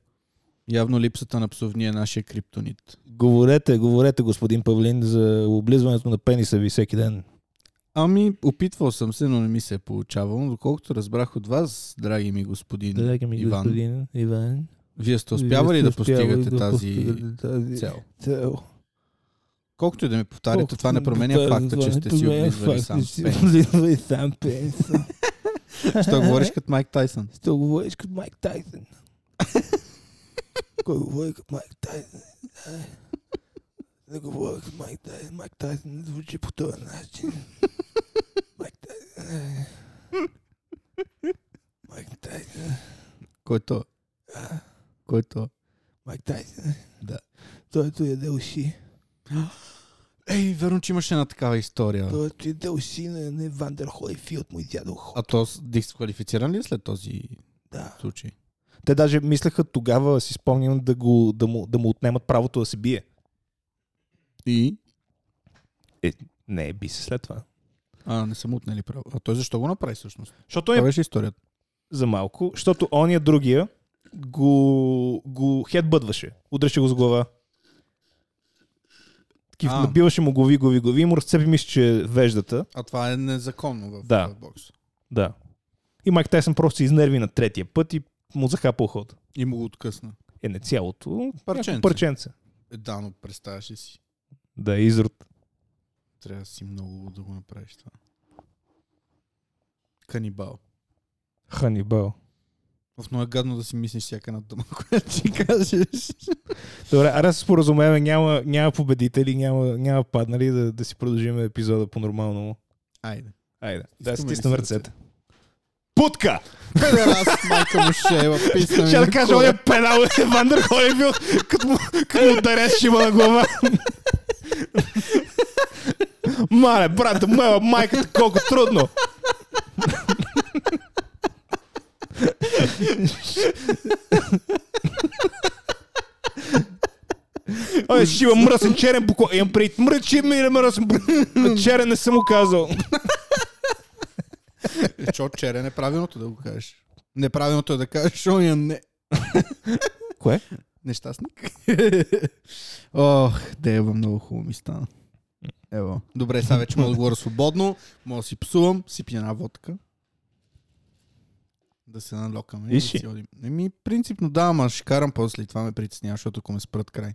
B: Явно липсата на псовния е нашия криптонит.
A: Говорете, говорете, господин Павлин, за облизването на пениса ви всеки ден.
B: Ами, опитвал съм се, но не ми се е получавало. Но Доколкото разбрах от вас, драги ми господин
C: Драги ми
B: Иван,
C: господин Иван.
B: вие сте успявали да
C: Успявали
B: постигате
C: да
B: тази
C: постигате тази
B: цел.
C: цел.
B: Колкото и да ми повтаряте, това не променя
C: Колкото-
B: факта,
C: това
B: че
C: не
B: сте си
C: променя
B: облизвали
C: факта,
B: сам
C: че си
B: пенис.
C: облизвали сам пенис.
B: Що говориш като Майк Тайсън?
C: Що говориш като Майк Тайсън? Кой говори като Майк Тайсън? Ай, Не говоря като Майк Тайсън. Майк Тайсън не звучи по този начин. Майк Тайсън. ай. Майк Тайсън.
B: Който е? Който е?
C: Майк Тайсън.
B: Да.
C: Той е яде уши.
B: Ей, верно, че имаше една такава история.
C: Той яде уши на не Вандер Хойфилд му изядал
B: А
C: ход.
B: то с- дисквалифициран ли е след този
C: Да.
B: случай?
A: Те даже мислеха тогава, си спомням, да, го, да, му, да му отнемат правото да се бие.
B: И?
A: Не, би се след това.
B: А, не съм отнели право. А той защо го направи всъщност?
A: Защото той
B: Това
A: е
B: беше историята.
A: за малко, защото ония другия го, го хедбъдваше. Удреше го с глава. Такив,
B: А.
A: набиваше му глави, глави, глави и му разцепи, мисля, че веждата.
B: А това е незаконно в,
A: Да.
B: в бокс.
A: Да. И Майк Тайсън просто се изнерви на третия път и му захапа уход.
B: И му го откъсна.
A: Е, не цялото, но някакво
B: Парченце.
A: парченце.
B: Е, да, но представяш ли си?
A: Да, изрод.
B: Трябва да си много луд да го направиш това. Канибал.
A: Ханибал.
B: В много е гадно да си мислиш всяка една дума, която ти кажеш.
A: Добре, аре се споразумеме, няма, няма победители, няма, няма паднали да, да си продължим епизода по-нормално. му.
B: Айде.
A: Айде, да
B: Стискаме ли
A: стиснем
B: си
A: ръцете. Путка!
B: Педерас, майка му шева, писна ми
A: Ще
B: на
A: да кажа,
B: кола.
A: оня педал е Вандер Хойбил, като му, като му ударя шима на глава. Мале, брата, мела, майката, колко трудно. Ой, ще има мръсен черен буко. Имам пред мръчи ми е мръсен. бу- Черен не съм му казал.
B: Е, Чо, черен е правилното да го кажеш. Неправилното е да кажеш, оня не.
A: Кое?
B: Нещастник. Ох, дева, много хубаво ми стана. Ево. Добре, сега вече мога да говоря свободно. Мога да си псувам, си пия една водка. Да се налокаме.
A: И
B: да
A: ще.
B: си одим. Еми, принципно да, ама ще карам после и това ме притеснява, защото ако ме спрат край.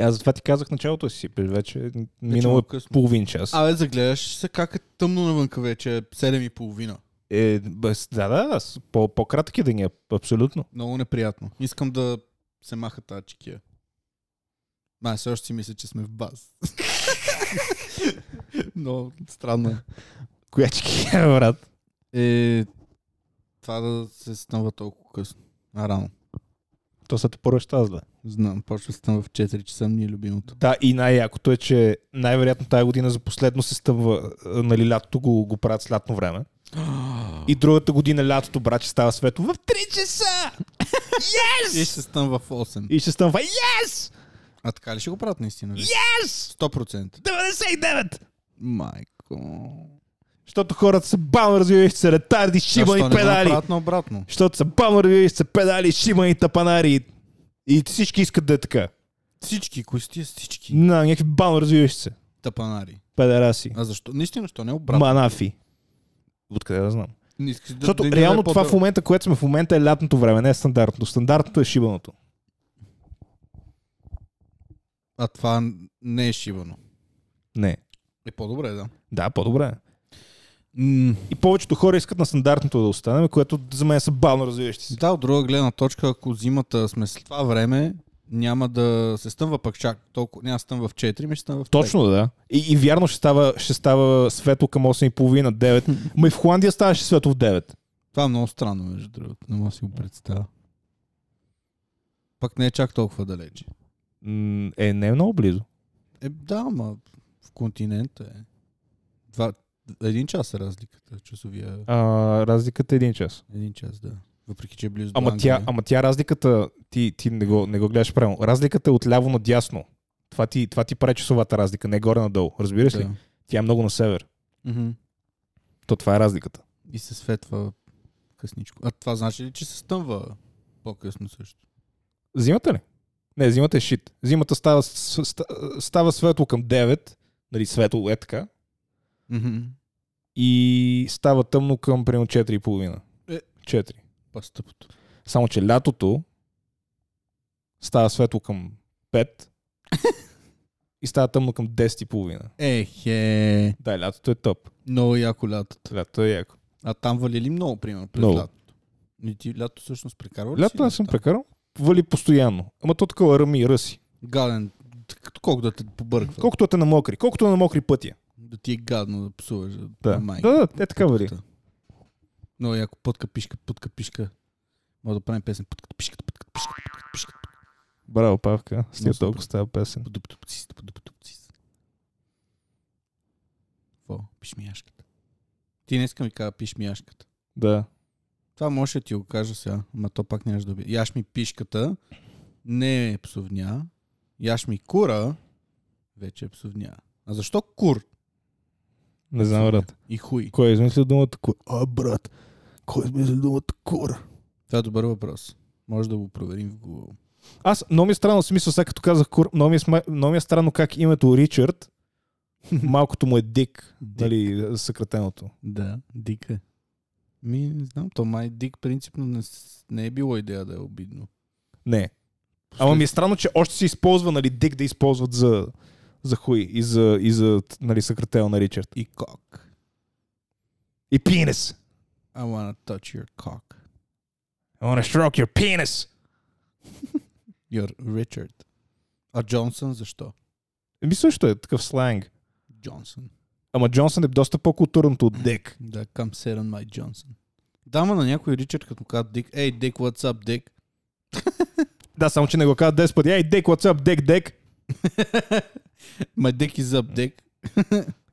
A: Аз затова ти казах в началото си, бе, вече минало е
B: много късно.
A: половин час.
B: Абе, загледаш се как е тъмно навънка вече, е 7 и половина.
A: Е, без, да, да, да, с- по- по-кратък е деня, абсолютно.
B: Много неприятно. Искам да се маха тази чекия. Май, все още си мисля, че сме в баз. Но странно е.
A: Коячки, брат.
B: е това да се снова толкова късно. А, рано.
A: То са те първо ще аз, бе.
B: Знам, почва се стъм в 4 часа, ми е любимото.
A: Да, и най-якото е, че най-вероятно тази година за последно се стъмва, а, нали, лятото го, го правят с лятно време. И другата година лятото, брат, ще става светло в 3 часа!
B: И ще стъм в 8.
A: И ще стъмва Yes!
B: А така ли ще го правят наистина? Ли?
A: Yes!
B: 100%.
A: 99!
B: Майко.
A: Защото хората са бавно развиващи се ретарди, шима и педали.
B: Обратно, обратно.
A: Защото са бавно развиващи се педали, шима и тапанари. И всички искат да е така.
B: Всички, кои са тия всички?
A: На, някакви бавно развиващи се.
B: Тапанари.
A: Педараси.
B: А защо? Наистина, що не е обратно?
A: Манафи. Откъде да знам?
B: Не е искаш да,
A: Защото
B: да идеме
A: реално това
B: по-дъл-
A: в момента, което сме в момента е лятното време, не е стандартното. Стандартното е шибаното.
B: А това не е шивано.
A: Не.
B: Е по-добре, да.
A: Да, по-добре. И повечето хора искат на стандартното да останем, което за мен са бавно развиващи се.
B: Да, от друга гледна точка, ако зимата сме след това време, няма да се стъмва пък чак толкова. Няма да стъмва в 4, ми ще стъмва в 5.
A: Точно да. И, и вярно ще става, ще става светло към 8.30, 9. Ма и в Холандия ставаше светло в 9.
B: Това е много странно, между другото. Не мога да си го представя. Пък не е чак толкова далече.
A: М, Е, не е много близо.
B: Е, да, ма в континента е. Два, един час е разликата. Часовия.
A: А, разликата е един час.
B: Един час, да. Въпреки, че е близо до
A: Ама
B: Англия.
A: тя, ама тя разликата, ти, ти не, го, не го гледаш правилно. Разликата е от ляво на дясно. Това ти, това ти прави часовата разлика, не горе-надолу. Разбираш ли?
B: да.
A: Тя е много на север.
B: Мгм.
A: То това е разликата.
B: И се светва късничко. А това значи ли, че се стъмва по-късно също?
A: Зимата ли? Не, зимата е шит. Зимата става, с- ста- става светло към 9, нали, светло е така,
B: Mm-hmm.
A: и става тъмно към примерно 4,5.
B: Е.
A: 4.
B: Пастъпото.
A: Само, че лятото става светло към 5 и става тъмно към 10,5.
B: Ехе,
A: Да, лятото е топ.
B: много яко лятото.
A: Лятото е яко.
B: А там вали ли много, примерно, през
A: Много.
B: лятото? И ти лято всъщност прекарва ли си
A: Лятото не съм
B: там?
A: прекарал. Вали постоянно. Ама то такова ръми, ръси.
B: Гаден. Т- Колко да те побърква. Колко?
A: Колкото да те намокри, колкото да намокри пътя.
B: Да ти е гадно да псуваш.
A: Да,
B: майка.
A: да, да, е така вали.
B: Много яко пътка пишка, пътка пишка. Мога да правим песен. Пътка пишка, пътка пишка, пътка пишка.
A: Браво, Павка. С тия
B: Много супер.
A: толкова става песен.
B: Подуптупцис, подуптупцис. Какво? Пиш ми яшката. Ти днеска ми каза, пиш ми яшката.
A: Да.
B: Това може да ти го кажа сега, ма то пак нямаш да би. Яш ми пишката, не е псовня. Яш ми кура, вече е псовня. А защо кур
A: Не знам, брат.
B: и хуй?
A: Кой е измислил думата кур?
C: А, брат, кой измисли думата кура?
B: Това е добър въпрос. Може да го проверим в Google.
A: Аз много ми е странно в смисъл, сега като казах кур, много ми, е, сма- много ми е странно как името Ричард, малкото му е Дик,
B: Дик.
A: нали, съкратеното.
B: Да, дика. Ми, не знам, то май дик принципно не, с- не е било идея да е обидно.
A: Не. Ама ми е странно, че още се използва, нали, Дик да използват за, за хуй и за, и за нали, съкратено на Ричард.
B: И кок.
A: И пенис.
B: I wanna touch your cock.
A: I wanna stroke your penis.
B: Your Richard. А Джонсън защо?
A: Еми също е такъв сленг.
B: Джонсън.
A: Ама Джонсън е доста по-културното от Дик.
B: Да, come sit on my Johnson. Дама на някой Ричард, като му казва Дик, ей, Дик, what's up, Дик?
A: Да, само че не го казват 10 пъти. Ей, Дик, what's up, Дик, Дик?
B: my dick is up, Дик.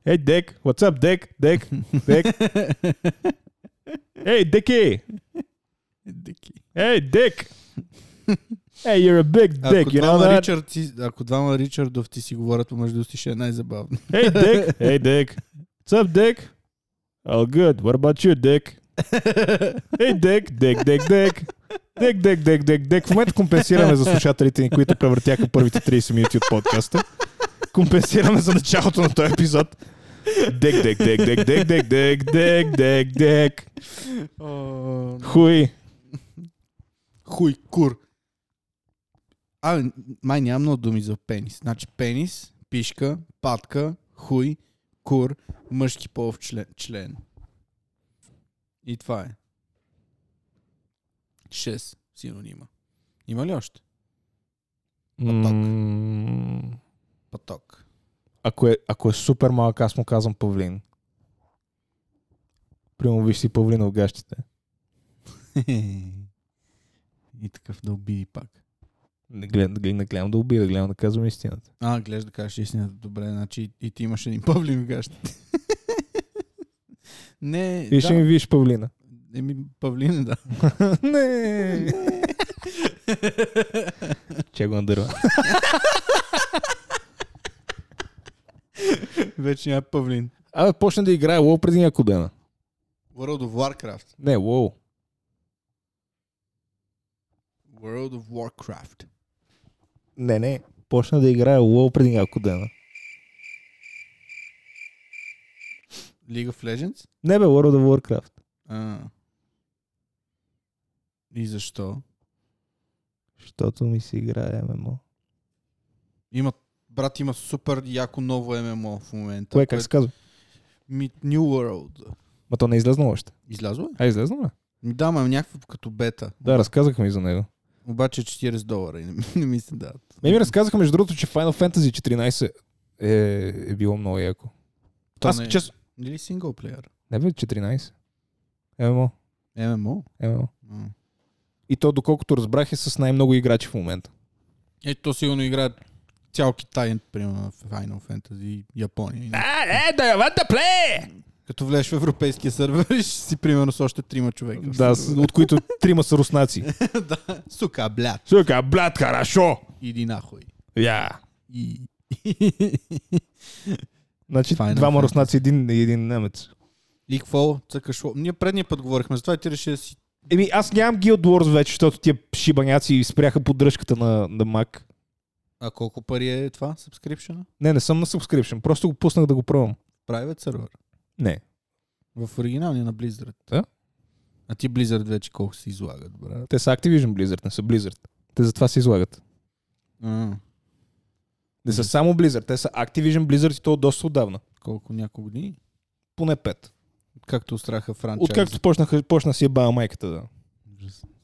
A: Ей, Дик, what's up, Дик, Дик, Дик? Ей, Дики!
B: Дики.
A: Hey, dick. hey, you're a big dick,
B: Ако
A: you know
B: двама,
A: that?
B: Ричард, ти, ако двама Ричардов ти си говорят помежду си, ще е най-забавно.
A: Hey, dick. Hey, dick. What's up, dick? All good. What about you, dick? Hey, dick. Dick, dick, dick. Дек, дек, дек, дек, дек. В момента компенсираме за слушателите ни, които превъртяха първите 30 минути от подкаста. Компенсираме за началото на този епизод. Дек, дек, дек, дек, дек, дек, дек, дек, дек, дек. Хуй.
B: Хуй кур. А, май няма много думи за пенис. Значи пенис, пишка, патка, хуй, кур, мъжки полов член. член. И това е. Шест синонима. Има ли още?
A: М,
B: Паток.
A: Ако е, ако е супер малък, аз му казвам павлин. Прямо виж си павлина в гащите.
B: И такъв да обиди пак.
A: Не гледам, не гледам, не гледам да убия, гледам да казвам истината.
B: А, гледаш да кажеш истината. Добре, значи и ти имаш един павлин в гащите. Не,
A: И ще ми видиш павлина.
B: Еми, павлин, да. Е.
A: не. Че го надърва.
B: Вече няма павлин.
A: Абе, почна да играе лоу преди няколко дена.
B: World of Warcraft.
A: Не, лоу.
B: World of Warcraft.
A: Не, не. Почна да играе лоу преди няколко дена.
B: League of Legends?
A: Не бе, World of Warcraft.
B: А. И защо?
A: Защото ми се играе ММО.
B: Има, брат, има супер яко ново ММО в момента.
A: Кое, как се казва?
B: Ми, New World.
A: Ма то не е излезнало още.
B: Излязло е?
A: А, излезнало ли?
B: Ми, да, ма, е някакво като бета.
A: Да, разказаха ми за него.
B: Обаче 40 долара и не, ми- не ми се дават.
A: Не Ами, ми разказаха, между другото, че Final Fantasy 14 е, е било много яко.
B: То
A: Аз,
B: не е.
A: честно...
B: Или синглплеер?
A: Не бе, 14. ММО.
B: ММО?
A: ММО. И то, доколкото разбрах, е с най-много играчи в момента.
B: Ето сигурно играят цял Китай, примерно в Final Fantasy, Япония. и
A: А, е, да я да плее!
B: Като влезеш в европейския сървър, ще си примерно с още трима човека.
A: Да, с- от които трима са руснаци.
B: да. Сука, блядь.
A: Сука, блядь, хорошо!
B: Иди нахуй.
A: Я.
B: И...
A: Значи
B: Final
A: двама
B: Fantasy.
A: руснаци, един, един немец.
B: и какво? Цъкаш ло- Ние предния път говорихме за това и ти реши да си...
A: Еми, аз нямам Guild Wars вече, защото тия шибаняци спряха поддръжката на, на Mac.
B: А колко пари е това? Сабскрипшена?
A: Не, не съм на subscription, просто го пуснах да го пробвам.
B: Private сервер.
A: Не.
B: В оригиналния на Blizzard.
A: Да.
B: А ти Blizzard вече колко се излагат, брат.
A: Те са Activision Blizzard, не са Blizzard. Те затова се излагат.
B: А,
A: Не са само Blizzard, те са Activision Blizzard и то доста отдавна.
B: колко няколко години?
A: Поне пет.
B: Както страха франчайз.
A: Откакто почнаха, почна си е бая майката да.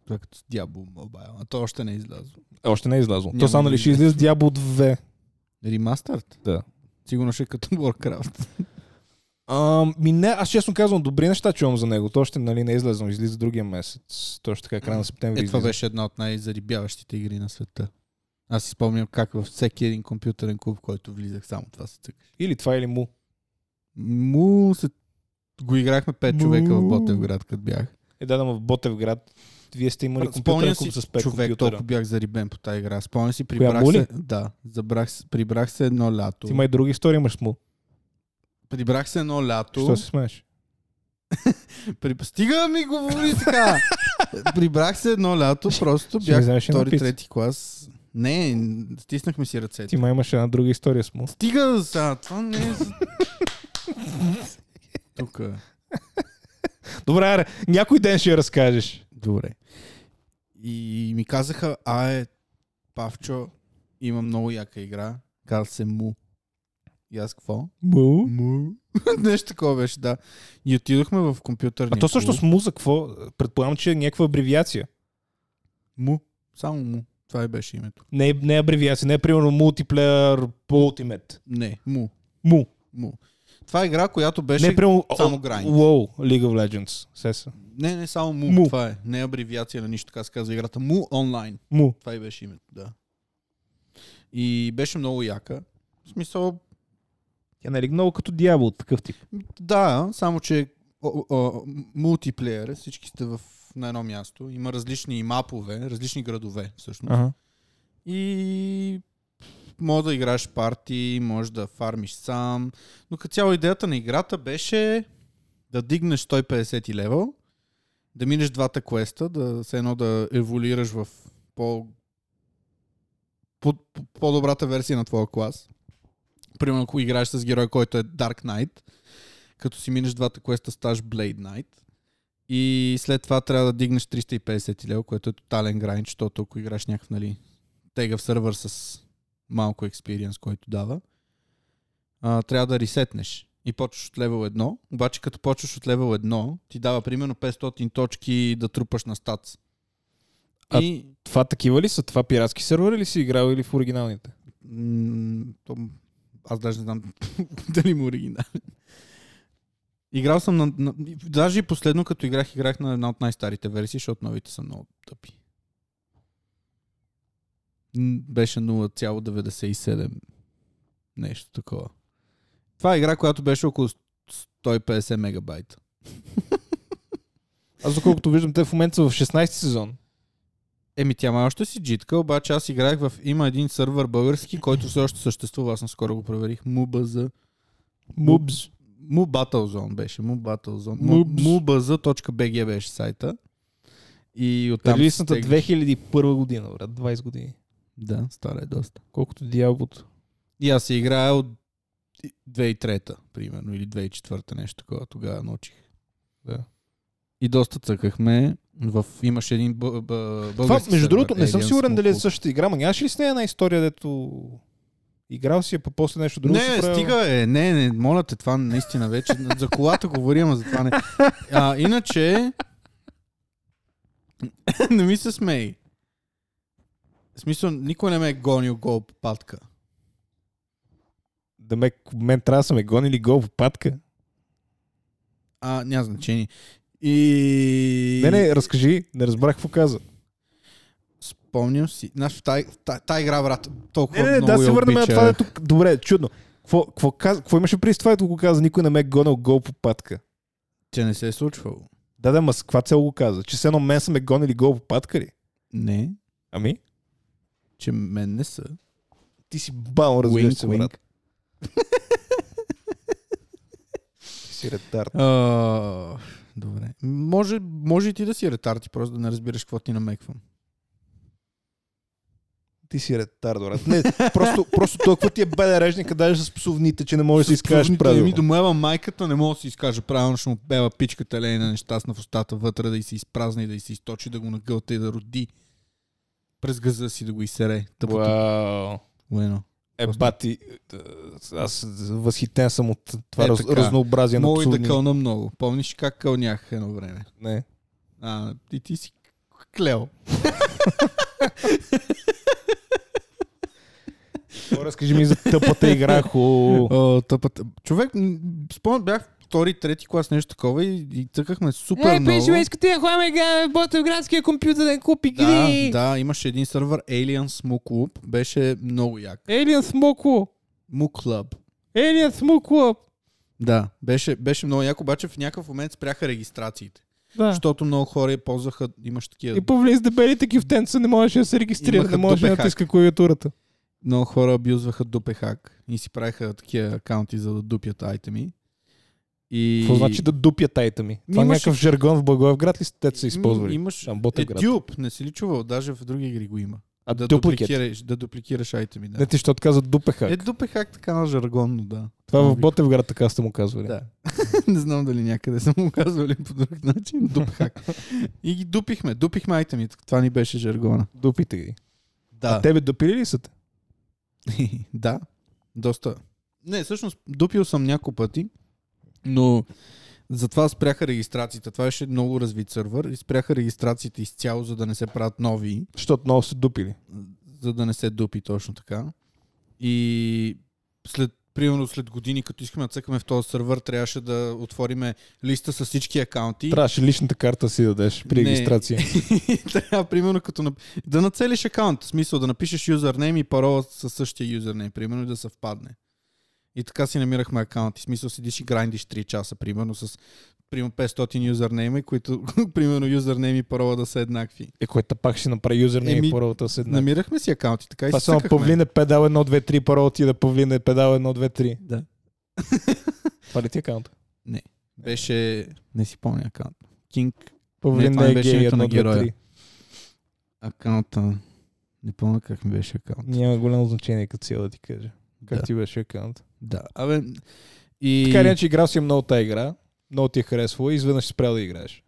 B: Както с Diablo Mobile. А то още не е излязло.
A: Още не е излязло.
B: Няма
A: То само ли ще
B: да
A: излезе Diablo 2?
B: Ремастърт?
A: Да.
B: Сигурно ще е като Warcraft.
A: А, ми Ами не, аз честно казвам, добри неща чувам за него. То още нали, не е излезло, излиза другия месец. Точно така, края на септември.
B: Е, това
A: излиза.
B: беше една от най-зарибяващите игри на света. Аз си спомням как във всеки един компютърен клуб, в който влизах, само това се цъкаше.
A: Или това, или му.
B: Му се... Го играхме пет
A: Му.
B: човека в Ботевград, като бях.
A: Е, да, да, в Ботевград. Вие сте имали компютър, клуб с пет
B: човек,
A: компютъра.
B: толкова бях зарибен по тази игра. Спомням си,
A: Коя,
B: прибрах
A: Му ли?
B: се... Да, забрах, се- прибрах се едно лято.
A: Ти има и други истории, имаш с му.
B: Прибрах се едно лято.
A: Що се смееш?
B: При... Стига да ми говори така! прибрах се едно лято, просто
A: ще ми
B: бях
A: вземеш една
B: втори,
A: пица.
B: трети клас. Не, стиснахме си ръцете.
A: Ти май имаш една друга история с му.
B: Стига сега, това не е... за- Тук.
A: Добре, аре, някой ден ще я разкажеш.
B: Добре. И ми казаха, а е, Павчо, има много яка игра. Каза се Му. И аз какво?
A: Му?
B: Му. Нещо такова беше, да. И отидохме в компютърния
A: А то също
B: клуб.
A: с му за какво? Предполагам, че е някаква абревиация.
B: Му. Само Му. Това и беше името.
A: Не, е- не е абревиация, не е примерно Multiplayer Ultimate.
B: Не, Му.
A: Му.
B: Му. Това е игра, която
A: Не
B: беше...
A: е примерно
B: само grind.
A: WoW, League of Legends. Сеса.
B: не, не, само му.
A: Му.
B: Това е. Не е абревиация на нищо, така се казва играта. Му онлайн.
A: Му.
B: Това и беше името, да. И беше много яка. В смисъл,
A: Тя нали много като дявол, такъв тип.
B: да, само че о- о- о, мултиплеер, всички сте в, на едно място. Има различни мапове, различни градове всъщност.
A: Ага.
B: И може да играеш парти, може да фармиш сам. Но като цяло идеята на играта беше да дигнеш 150 левел, да минеш двата квеста, да се едно да еволюираш в по, по, по- по-добрата версия на твоя клас. Примерно, ако играеш с герой, който е Dark Knight, като си минеш двата квеста, ставаш Blade Knight. И след това трябва да дигнеш 350 лева, което е тотален грайн, защото ако играеш някакъв, нали, тегъв сървър с малко експириенс, който дава, а, трябва да ресетнеш. И почваш от левел 1, обаче като почваш от левел 1, ти дава примерно 500 точки да трупаш на стац.
A: А-
B: И
A: Това такива ли са? Това пиратски сервер или си играл или в оригиналните?
B: М, то, аз даже не знам дали му е оригинален. Играл съм на, на... Даже и последно, като играх, играх на една от най-старите версии, защото новите са много тъпи. М, Беше 0,97 нещо такова. Това е игра, която беше около 150 мегабайта.
A: Аз доколкото виждам, те в момента са в 16 сезон.
B: Еми, тя май още си джитка, обаче аз играех в... Има един сървър български, който все още съществува. Аз наскоро го проверих. Мубаза. Мубз. Му Battlezone беше. Му Battlezone. Му-
A: Мубз.
B: Mubaz.bg беше сайта. И оттам... се
A: Релисната
B: теглиш.
A: 2001 година, брат. 20 години.
B: Да, стара е доста.
A: Колкото дяволото.
B: И аз се играя от 2003-та, примерно, или 2004-та, нещо такова. Тогава научих.
A: Да.
B: И доста цъкахме. В... Имаше един бъ-
A: Това,
B: бъ- български
A: между
B: сервер,
A: другото, не съм
B: Aliens
A: сигурен дали е
B: Small
A: същата игра, ма нямаш ли с нея една история, дето играл си, а па после нещо друго си
B: не,
A: правил?
B: стига е. Не, не, моля те, това наистина вече. За колата говорим, ама за това не. А, иначе... не ми се смей. В смисъл, никой не ме е гонил гол по патка.
A: Да ме, мен трябва да са ме гонили гол в патка.
B: А, няма значение. И...
A: Не, не, разкажи, не разбрах какво каза.
B: Спомням си. Знаеш, в тази игра, брат, толкова
A: Не, не, не,
B: много
A: да се
B: я е.
A: върнем на
B: обичах.
A: това, е- дето... Добре, чудно. Какво, какво, каз... какво имаше преди това, дето го каза, никой не ме е гонил гол по патка?
B: Че не се е случвало.
A: Да, да, ма с каква цел го каза? Че все едно мен са ме гонили гол по патка ли?
B: Не,
A: Ами?
B: че мен не са.
A: Ти си бално разбираш
B: Уинк,
A: се,
B: уинк.
A: брат. Ти си ретард.
B: А, добре. Може, може и ти да си ретарти, просто да не разбираш какво ти намеквам.
A: Ти си ретард, брат. Не, просто, просто толкова ти е беден режника, даже с псовните, че не можеш да си изкажеш
B: Ми
A: правилно.
B: домева майката, не мога да си изкаже правилно, ще му пева пичката Лейна нещастна в устата вътре, да й се изпразни, да й се източи, да го нагълта и да роди. През газа си да го изсере. Тъпото.
A: Вау.
B: Уено.
A: Е,
B: Просто-
A: бати, е, аз възхитен съм от това
B: Е,
A: раз,
B: така.
A: разнообразие на
B: Мога и да
A: псовни.
B: кълна много. Помниш как кълнях едно време?
A: Не.
B: А, и ти си клел.
A: Какво разкажи ми за тъпата игра, ху.
B: О, тъпата. Човек, м, спомням, бях втори, трети клас, нещо такова и, и цъкахме супер много.
A: Е, искате да ходим в Ботевградския компютър да купи
B: Да, да, имаше един сървър Alien Smoke Club. Беше много як.
A: Alien Смоко!
B: Mook Club.
A: Alien Смоко!
B: Да, беше, беше много як, обаче в някакъв момент спряха регистрациите.
A: Да.
B: Защото много хора я ползваха, имаш такива.
A: И повлез дебелите кифтенца не можеше да се регистрира,
B: Имаха
A: не можеше да
B: дупехак.
A: натиска клавиатурата.
B: Много хора абюзваха допехак и си правиха такива акаунти, за да дупят айтеми. И...
A: Какво значи да дупят айтами? Това е
B: имаше-
A: някакъв жаргон в Благоевград ли те са използвали?
B: М, Имаш...
A: Там
B: Е,
A: Ботевград.
B: дюп, не си ли чувал? Даже в други игри го има.
A: а
B: да,
A: дупликет.
B: дупликираш, да дупликираш айтеми, да.
A: Не ти, защото казват дупеха.
B: Е, допехак така на жаргонно, да.
A: Това е
B: не
A: в
B: ви-
A: Ботевград така сте му казвали.
B: Да. не знам дали някъде са му казвали по друг начин. Дупхак. И ги дупихме. Дупихме айтеми. Това ни беше жаргона.
A: Дупите ги.
B: Да.
A: Тебе допили ли са те?
B: да. Доста. Не, всъщност дупил съм няколко пъти, но затова спряха регистрациите. Това беше много развит сървър и спряха регистрациите изцяло, за да не се правят нови.
A: Защото много се дупили.
B: за да не се дупи точно така. И след, примерно след години, като искаме да цъкаме в този сървър, трябваше да отвориме листа с всички акаунти.
A: Трябваше личната карта си да дадеш при
B: Не.
A: регистрация.
B: И трябва, примерно, като нап... да нацелиш акаунт, в смисъл да напишеш юзернейм и парола със същия юзернейм, примерно, и да съвпадне. И така си намирахме акаунти. В смисъл седиш и грандиш 3 часа, примерно, с примерно 500 юзернейми, които, примерно, юзернейм и парола да са еднакви.
A: Е, което пак ще направи юзернейм
B: Еми,
A: и паролата с една.
B: Намирахме си акаунти, така и
A: Това
B: си
A: само
B: цъкахме.
A: павлине педал 1, 2, 3, парол ти да павлине педал 1, 2, 3.
B: Да.
A: Това ли ти е акаунт?
B: Беше, не си помня акаунт. King
A: Павлин
B: това
A: не е
B: беше
A: гей,
B: името на
A: едно, две,
B: героя.
A: три.
B: Акаунта. Не помня как ми беше акаунт.
A: Няма голямо значение като цяло да ти кажа. Как
B: Да.
A: ти беше акаунт?
B: Да. Абе, и...
A: Така е, или иначе играл си много тази игра, много ти е харесвала и изведнъж си спрял да играеш.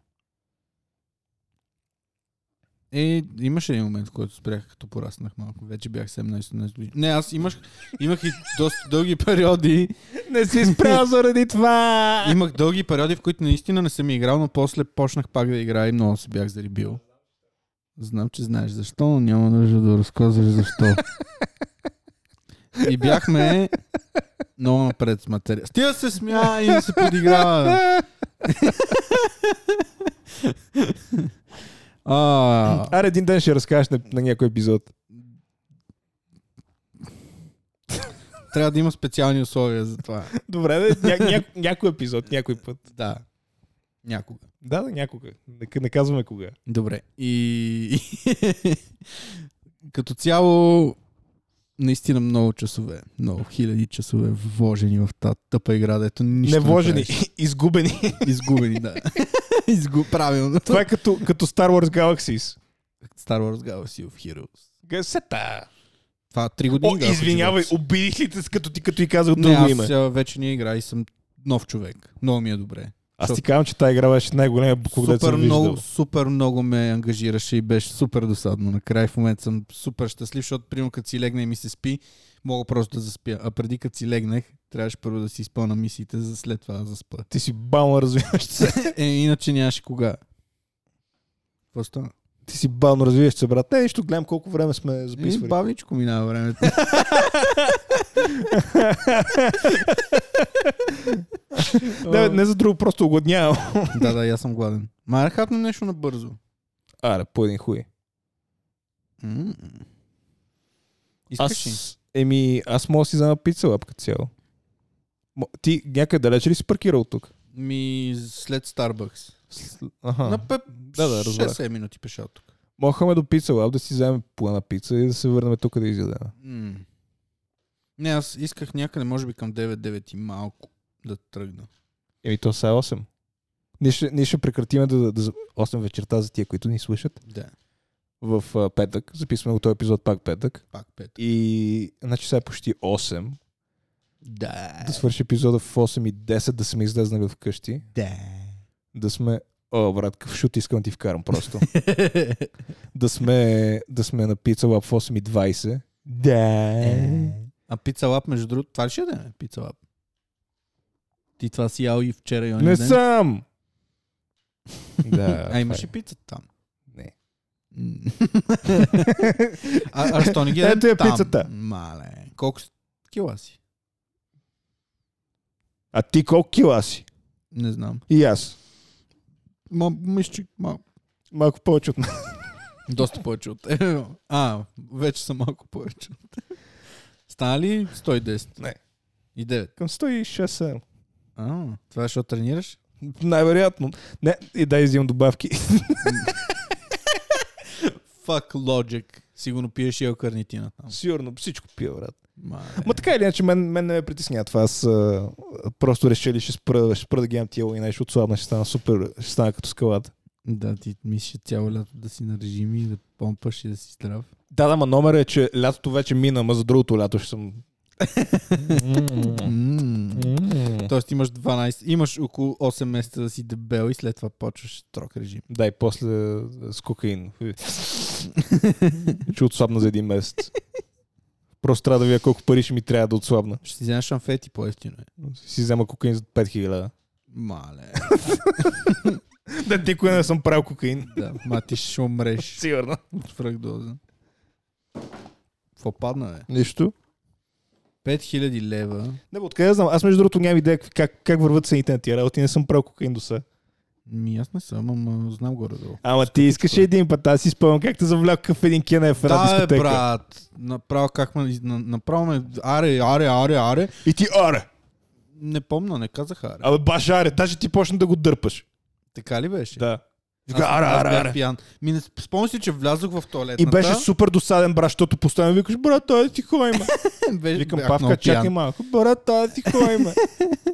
B: Е, имаше един момент, в който спрях, като пораснах малко. Вече бях 17-18 години. Не, аз имах, имах и доста дълги периоди.
A: Не си спрял заради това!
B: Имах дълги периоди, в които наистина не съм играл, но после почнах пак да играя и много се бях зарибил. Знам, че знаеш защо, но няма нужда да разказваш защо. И бяхме много напред с материал. Стига се смя и да се подиграва. А,
A: Аре, един ден ще разкажеш на, на някой епизод.
B: трябва да има специални условия за това.
A: Добре, да, ня, ня, някой епизод, някой път.
B: Да. Някога.
A: Да, да, някога. Не, к- не казваме кога.
B: Добре. И... Като цяло, наистина много часове, много хиляди часове вложени в тази тъпа игра, дето нищо
A: Невложени,
B: Не правиш.
A: изгубени.
B: Изгубени, да. Изгу... Правилно.
A: Това е като, като Star Wars Galaxies.
B: Star Wars Galaxy of Heroes.
A: Га- Сета.
B: Това три години.
A: О,
B: играх
A: извинявай,
B: живота си.
A: обидих ли те, с- като ти, като ти казах
B: Не,
A: друго
B: аз
A: име?
B: сега вече не игра и съм нов човек. Много ми е добре.
A: Аз ти казвам, че тази игра беше най-големия буклук, да
B: супер
A: съм виждал.
B: много, супер много ме ангажираше и беше супер досадно. Накрая в момента съм супер щастлив, защото примерно като си легна и ми се спи, мога просто да заспя. А преди като си легнах, трябваше първо да си изпълна мисиите, за след това да заспа.
A: Ти си бално развиващ се.
B: Е, иначе нямаше кога. Какво стана?
A: Ти си бално развиващ се, брат. Не, нищо, гледам колко време сме
B: Е,
A: записвали.
B: бавничко минава времето.
A: не, не за друго, просто угоднявам.
B: да, да, и аз съм гладен. Мая хапна нещо набързо.
A: Аре, по един хуй.
B: М. Искаш ли?
A: Аз, еми, аз мога да си взема пица лапка цяло. М- Ти някъде далече ли си паркирал тук?
B: Ми след Старбъкс.
A: С- Аха.
B: На пеп...
A: Да, да, разбрах.
B: 6-7 минути пеша от тук.
A: Мохаме до пица лап да си вземем по една пица и да се върнем тук да изядем.
B: М. Не, аз исках някъде, може би към 9-9 и малко да тръгна.
A: Еми, то са е 8. Ние ще, ние ще прекратиме да, да, 8 вечерта за тия, които ни слушат.
B: Да,
A: В а, петък. Записваме го този епизод пак петък.
B: пак 5.
A: И, значи, сега е почти 8.
B: Да.
A: Да свърши епизода в 8 и 10, да сме излезнали от къщи.
B: Да.
A: Да сме... О, брат, какъв шут искам да ти вкарам просто. да сме, да сме на пица лап в 8.20. Да.
B: а пица лап, между другото, това ли ще да е пица лап? Ти това си ял и вчера и онзи
A: Не
B: ден?
A: съм! да.
B: А имаш и
A: това
B: пица там.
A: е. Не.
B: М. а, а що не ги
A: Ето
B: е
A: я
B: там?
A: пицата.
B: Мале. Колко с- кила си?
A: А ти колко кила си?
B: Не знам.
A: И аз.
B: Ма, мисля, че малко.
A: Малко повече от мен.
B: Доста повече от теб. А, вече са малко повече от теб. Стана ли 110?
A: Не.
B: И 9.
A: Към 106 съм.
B: А, това е, защото тренираш?
A: Най-вероятно. Не, и дай взимам добавки.
B: Fuck logic. Сигурно пиеш и алкарнитина там. е.
A: Сигурно, всичко пия, брат.
B: Мале.
A: Ма така или иначе, мен, мен не ме притеснява това. Аз а, просто решили, ще спра, ще спра да гледам тия и нещо отслабна, ще стана супер, ще стана като скалата.
B: Да, ти мислиш цяло лято да си на режим и да помпаш и да си здрав.
A: Да, да, ма номер е, че лятото вече мина, ма за другото лято ще съм...
B: М. Тоест имаш 12, имаш около 8 месеца да си дебел и след това почваш строг режим.
A: Да, и после а, с кокаин. ще отслабна за един месец. Просто трябва да видя колко пари ще ми трябва да отслабна.
B: Ще си вземеш шамфети по-ефтино е.
A: Си взема кокаин за 5000.
B: Мале.
A: Да, никога не съм правил кокаин.
B: да, ма ти ще умреш
A: Сигурно.
B: от свръхдоза. Какво падна, бе?
A: Нищо.
B: 5000 лева.
A: Не, бе, откъде да знам? Аз между другото нямам идея как, как върват цените на тия работи. Не съм правил кокаин до сега.
B: Ми, аз не съм, ама знам горе-долу.
A: Ама ти искаш един път, аз си спомням как те завлякаха в един кенеф в една
B: Да, бе,
A: дискотека.
B: е, брат. Направо как ме... из- на- Направо ме... Аре, аре, аре, аре.
A: И ти, аре,
B: Не помна, не казах аре.
A: абе баш аре, даже ти почна да го дърпаш.
B: Така ли беше?
A: Да.
B: Аз,
A: Вика, аре,
B: аз
A: аре,
B: бях
A: аре.
B: пиян. Ми, не сп- спомням си, че влязох в туалетната.
A: И беше супер досаден, брат, защото постоянно викаш, брат, той си хойма.
B: беше
A: Викам,
B: бях много
A: Павка,
B: пиян.
A: чакай малко. Брат, той си хойма.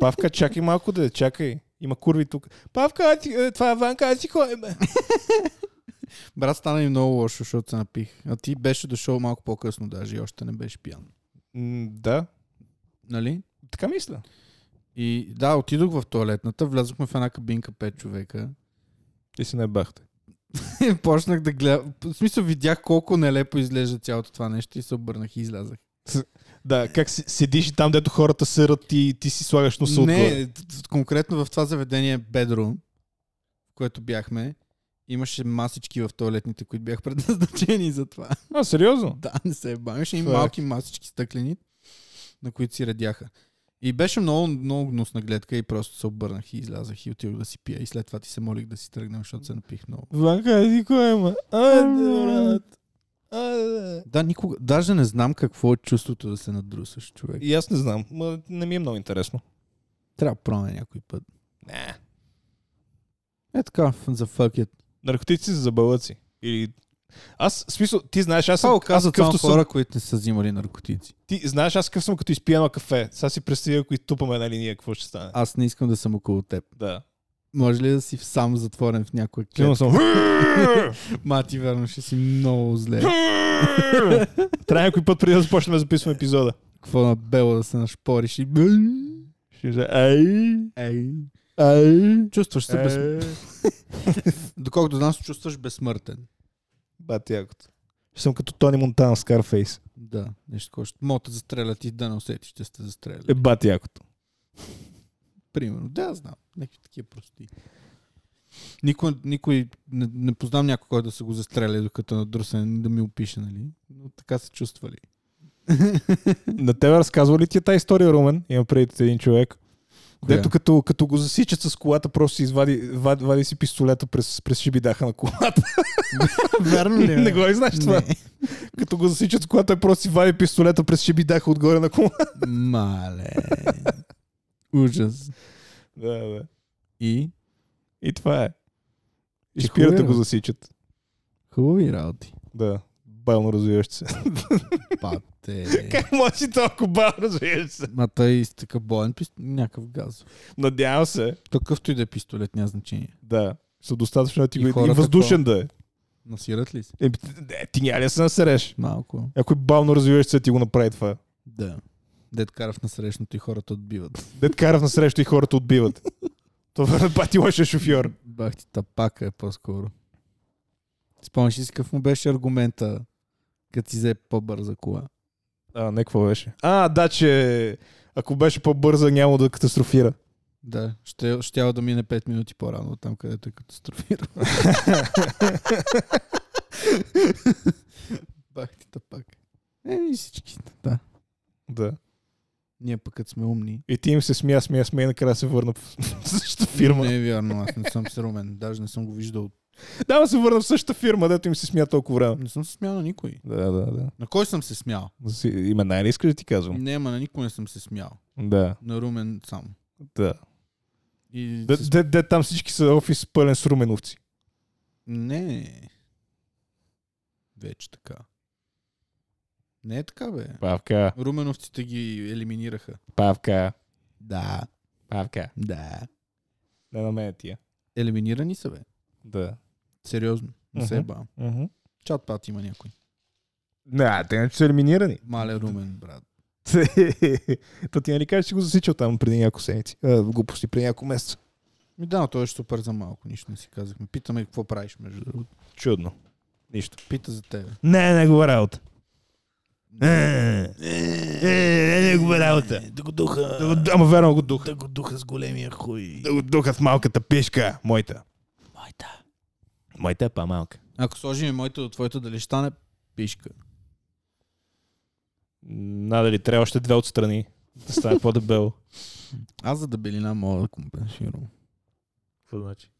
A: Павка, чакай малко да чакай. Има курви тук. Павка, аз си- е, това е Ванка, аз си ходим. бе.
B: Брат, стана и много лошо, защото се напих. А ти беше дошъл малко по-късно даже и още не беше пиян.
A: М, Да,
B: Нали?
A: така мисля.
B: И да, отидох в туалетната, влязохме в една кабинка 5 човека.
A: Ти си не бахте.
B: И почнах да гледам. В смисъл, видях колко нелепо изглежда цялото това нещо и се обърнах и излязах.
A: Да, как си, седиш там, дето хората сърат и ти си слагаш носа отгоре.
B: не, т- т- конкретно в това заведение Бедро, в което бяхме, имаше масички в туалетните, които бяха предназначени за това.
A: А, сериозно?
B: Да, не се е бавиш. И
A: Фак.
B: малки масички стъклени, на които си редяха. И беше много, много гнусна гледка и просто се обърнах и излязах и отидох да си пия. И след това ти се молих да си тръгнем, защото се напих много.
A: Ванка, аз си кой има? Айде, брат. Айде.
B: Да, никога. Даже не знам какво е чувството да се надрусаш, човек.
A: И аз не знам. Ма, не ми е много интересно.
B: Трябва да пробваме някой път. Не. Е така, ф- за fuck it.
A: Наркотици за бълъци. Или... Аз, в смисъл, ти знаеш, аз,
B: Това
A: съм,
B: го
A: аз
B: казват само
A: къвто съм,
B: хора, които не са взимали наркотици.
A: ти знаеш, аз къв съм като изпия едно кафе. Сега си представя, ако изтупаме една линия, какво ще стане.
B: Аз не искам да съм около теб.
A: Да.
B: Може ли да си сам затворен в някоя
A: Климно
B: клетка?
A: съм.
B: Ма ти верно ще си много зле.
A: Трябва някой път преди да започнем да записваме епизода.
B: Какво на бело да се нашпориш и...
A: Ще кажа, ай,
B: Ей.
A: ай,
B: Чувстваш се без...
A: ай.
B: Доколкото знам, се чувстваш безсмъртен.
A: Бати якото. Ще съм като Тони Монтан, Скарфейс.
B: Да, нещо такова. Ще могат да застрелят и да не усетиш, че сте застрелили.
A: Е, бати якото.
B: Примерно. Да, знам. Някакви такива прости. Никой, никой не, не познам някой, който да се го застреля, докато е надрусен, да ми опише, нали? Но така се чувствали.
A: На тебе разказва ли ти е тази история, Румен? Има преди един човек.
B: Коя?
A: Дето като, като го засичат с колата, просто си извади вади, вади си пистолета през, през шибидаха на колата.
B: Верно ли? е?
A: не го ли знаеш това? Като го засичат с колата, просто си вади пистолета през шибидаха отгоре на колата.
B: Мале. Ужас.
A: да, да.
B: И
A: И това е. И
B: Че
A: спират да го
B: хубаво е.
A: засичат.
B: хубави работи.
A: Да. Бално развиващи се.
B: Пате.
A: Как може си толкова бално развиваш се?
B: Ма той е с така боен пистолет, някакъв газ.
A: Надявам се.
B: Какъвто и да е пистолет, няма значение.
A: Да. Са достатъчно да ти
B: И
A: го... И
B: хората
A: въздушен да е.
B: Насират ли се?
A: Е, ти- ти няма ли да се насереш?
B: Малко.
A: Ако е бавно развиваш се, ти го направи това.
B: Да. Дед кара в насрещното и хората отбиват.
A: Дед кара в насреща и хората отбиват. Това е пати лошия шофьор.
B: Бах ти тапака е по-скоро. Спомняш ли си какъв му беше аргумента, като си взе по-бърза кола?
A: А, не какво беше? А, да, че ако беше по-бърза, няма да катастрофира.
B: Да, ще, щяло да мине 5 минути по-рано от там, където е катастрофира. Бах ти тапак. Еми Е, всички, да.
A: Да.
B: Ние пък като сме умни.
A: И ти им се смя, смя, смя и накрая се върна в същата фирма.
B: Не е вярно, аз не съм срумен. Даже не съм го виждал.
A: Да, ма се върна в същата фирма, дето им се смя толкова време.
B: Не съм се смял на никой.
A: Да, да, да.
B: На кой съм се смял?
A: Си- Имена не искаш да ти казвам?
B: Не, ма на никой не съм се смял.
A: Да,
B: На Румен сам.
A: да.
B: И
A: Де,
B: се...
A: де, де там всички са офис пълен с руменовци.
B: Не. Вече така. Не е така, бе.
A: Павка,
B: Руменовците ги елиминираха.
A: павка,
B: Да,
A: павка.
B: да.
A: Не на мен е тия.
B: Елиминирани са, бе.
A: Да.
B: Сериозно. Не се
A: Мгм.
B: бавам.
A: Мгм.
B: Чат пат има някой.
A: Не, те не са елиминирани.
B: Мале Румен, брат.
A: Та ти нали кажеш, че го засичал там преди няколко седмици. А, глупости, преди няколко месеца.
B: Ми да, но той е супер за малко. Нищо не си казахме. Питаме какво правиш, между другото.
A: Чудно. Нищо.
B: Пита за тебе.
A: Не, не го работа. Е, е, не го работа.
C: Да го духа.
A: Да го- Ама верно го духа.
C: Да го духа с големия хуй.
A: Да го духа в малката пишка. Моята.
C: Майта.
A: Моята е по-малка.
B: Ако сложим моите от твоята, дали ще стане пишка?
A: Надали трябва още две отстрани. Да стане по-дебело.
B: Аз за дебелина мога да компенсирам.
D: Какво значи?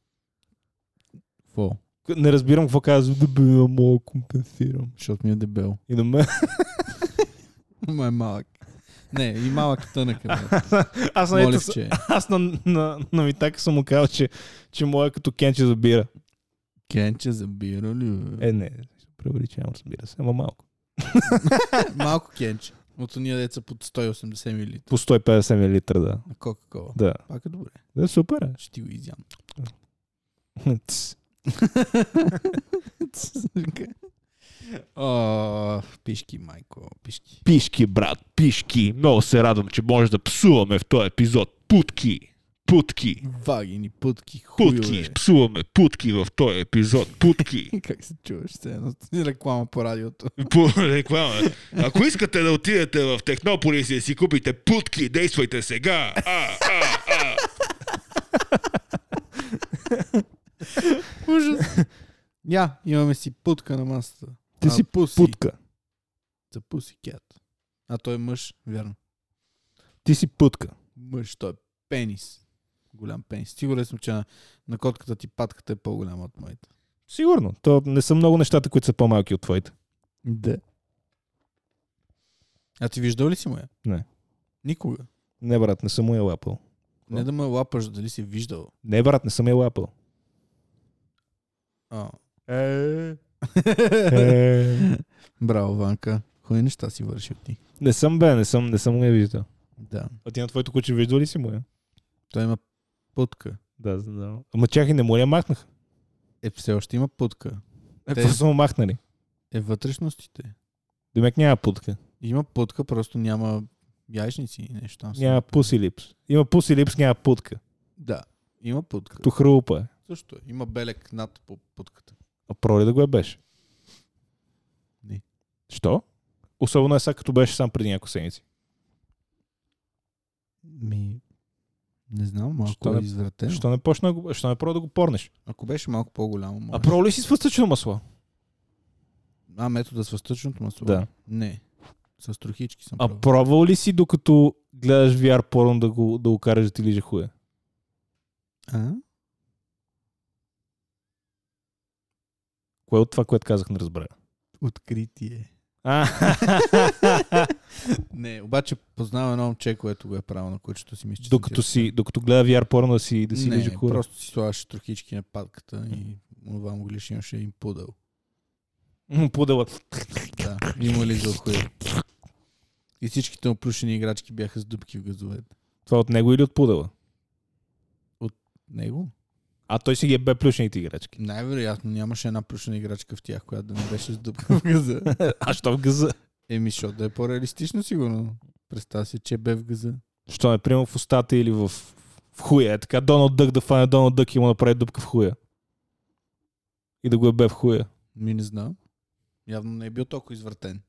B: Какво?
A: Не разбирам какво казва. Дебело, мога да компенсирам.
B: Защото ми е дебел.
A: И на мен.
B: Ма е малък. Не, и малък и тънък е. брат.
A: Аз на, ето,
B: Моливче.
A: аз на, на, на Витака съм му казал, че, че моя като кенче забира.
B: Кенче забира ли? бе?
A: Е, не. Преувеличавам, разбира се. Ама малко.
B: Малко кенче. От уния деца под 180 мили.
A: По 150 мл, да.
B: На Кока-Кола.
A: Да,
B: Пак е добре.
A: да супер е.
B: Ще ти го изям.
A: Тс.
B: О, пишки, майко, пишки.
A: Пишки, брат, пишки. Много се радвам, че може да псуваме в този епизод. Путки, путки,
B: Вагини, путки, хуйове.
A: путки. Псуваме путки в този епизод. Путки.
B: Как се чуваш? Все едно си реклама по радиото.
A: По реклама. Ако искате да отидете в Технополис и да си купите путки, действайте сега. А, а.
B: Ужас. Я, имаме си путка на масата.
A: Ти
B: А,
A: си
B: пуси.
A: путка.
B: За пуси кят. А той е мъж, вярно.
A: Ти си путка.
B: Мъж, той е пенис. Голям пенис. Сигурен съм, че на, на котката ти патката е по-голяма от моята.
A: Сигурно. То не са много нещата, които са по-малки от твоите.
B: Да. А ти виждал ли си моя?
A: Не.
B: Никога.
A: Не, брат, не съм я лапал.
B: Не да ме лапаш, дали си виждал.
A: Не, брат, не съм я лапал.
B: А.
A: Е,
B: Браво, Ванка. Хубави неща си вършил ти.
A: не съм бе, не съм, не съм я виждал.
B: Да.
A: А ти на твоето куче виждал ли си му я?
B: Той има путка.
A: Да, знам. Ама чакай, не му я махнах.
B: Е, все още има путка.
A: А
B: Те-
A: Какво са му махнали?
B: Е, вътрешностите.
A: Демек няма путка.
B: Има путка, просто няма яйчници и нещо там.
A: Няма пуси липс. Има пуси липс, няма путка.
B: Да. Има путка.
A: То хрупа е.
B: Също е. Има белек над по путката.
A: А проли да го е беше.
B: Не.
A: Що? Особено е сега, като беше сам преди няколко седмици.
B: Ми... Не знам,
A: Що
B: малко
A: не-
B: е извратено.
A: Що не почна, да го- що не пробва да го порнеш?
B: Ако беше малко по-голямо, може.
A: А проли си с въстъчено масло?
B: А, метода с въстъчното масло?
A: Да.
B: Не. С трохички съм
A: А
B: а,
A: пробвал ли си, докато гледаш VR порно да го, да го караш да ти лиже хуя?
B: а?
A: Кое от това, което казах, не разбра.
B: Откритие.
A: А,
B: Не, обаче познавам едно момче, което го е правил на кучето си. Мисля, че съм ти
A: докато, си, докато гледа VR порно да си, да си
B: не,
A: лиже хуя.
B: просто си слагаше трохички на патката и това му глиш имаше един пудъл.
A: М, Пудела.
B: Да, има ли за хуя. И всичките му плюшени играчки бяха с дупки в газовете.
A: Това от него или от пудела?
B: Него?
A: А той си ги е бе плюшените играчки.
B: Най-вероятно нямаше една плюшена играчка в тях, която да не беше с дупка в газа.
A: А що в газа?
B: Еми, защото да е по-реалистично, сигурно. Представя се, че бе в газа.
A: Що не, примерно в устата или в, в хуя. Е така, Доналд Дък да фане Доналд Дък и му направи дупка в хуя. И да го е бе в хуя.
B: Ми не знам. Явно не е бил толкова извъртен.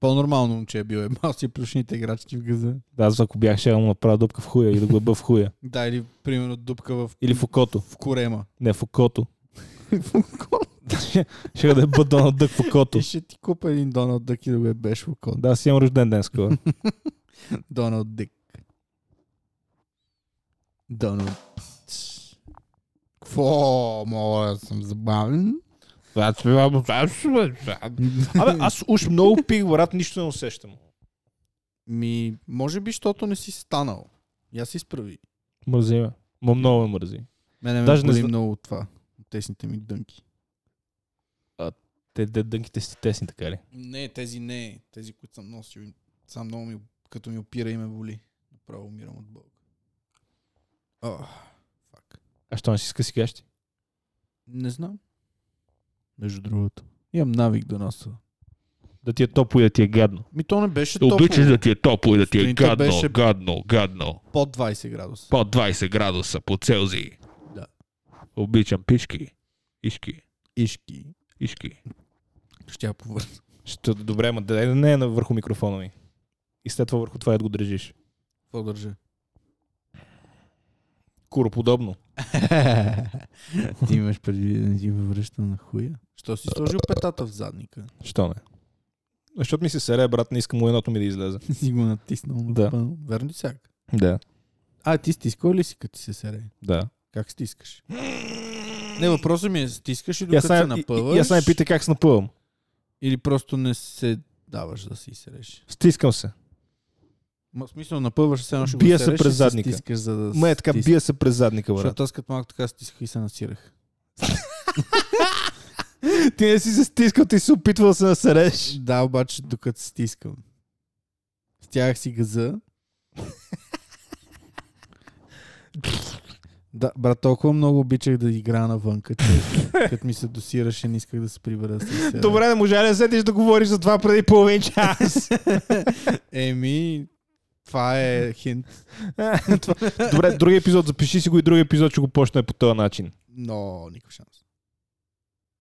B: По-нормално момче е бил ебал си плюшните играчки в газа.
A: Да, аз ако бях, ще му направя дупка в хуя и да го е бе в хуя.
B: Да, или примерно дупка в,
A: Или в окото.
B: в корема.
A: Не, в окото. Ще да е бъд Доналд Дък в окото.
B: Ти ще ти купа един Доналд Дък и да го ебеш в окото.
A: Да, си имам рожден ден скоро.
B: Доналд Дик. Доналд. Кво, моля, съм забавен.
A: Абе, аз уж много пих, брат, нищо не усещам.
B: Ми, може би, защото не си станал. Я се изправи.
A: Мързи ме. Ма много ме мързи.
B: Мене ме
A: Даже не
B: боли
A: зна-
B: много от това. от Тесните ми дънки.
A: Те де, дънките си тесни, така ли?
B: Не, тези не. Тези, които съм носил. им- Сам много ми, като ми опира и ме боли. Направо умирам от болка. О, фак.
A: А що не си скъси гащи?
B: Не знам. Между другото. Имам навик да носа.
A: Да ти е топло и да ти е гадно.
B: Ми то не беше топло.
A: ти е топло и да
B: ти е Сутринта гадно, беше-
A: гадно, гадно.
B: Под 20 градуса.
A: Под 20 градуса по Целзий.
B: Да.
A: Обичам пички. Ишки.
B: Ишки.
D: Ишки.
B: Ще я повърна.
A: Ще, добре, ма дай да не е на- върху микрофона ми. И след това върху това да го държиш.
B: Какво държа?
A: Куроподобно.
B: Ти имаш преди да не ти ме връща на хуя. Що си сложил петата в задника?
A: Що не? Защото ми се сере, брат, не искам му едното ми да излезе.
B: си го натиснал.
A: Да.
B: Да. Верно ли сяк?
A: Да.
B: А, ти стискал ли си като ти се сере?
A: Да.
B: Как стискаш? Не, въпросът ми е, стискаш ли
A: Я
B: докато се
A: сам, и- и-
B: напъваш?
A: я сам пита как се напъвам.
B: Или просто не се даваш да си сереш?
A: Стискам се.
B: Ма, в смисъл, напъваш се, едно ще
A: Бия
B: го
A: се
B: сереш
A: през
B: и
A: задника.
B: стискаш, за да
A: Ме е така,
B: стискаш.
A: бия се през задника, брат.
B: Защото аз като малко така стисках и се насирах.
A: Ти не си се стискал, ти си опитвал да се насереш.
B: Да, обаче докато стискам. Стях си газа. да, брат, толкова много обичах да игра навънка, че като ми се досираше, не исках да се прибера с
A: Добре, не можа ли да седиш да говориш за това преди половин час?
B: Еми, това е хинт.
A: Добре, други епизод, запиши си го и други епизод ще го почне по този начин.
B: Но, никакъв шанс.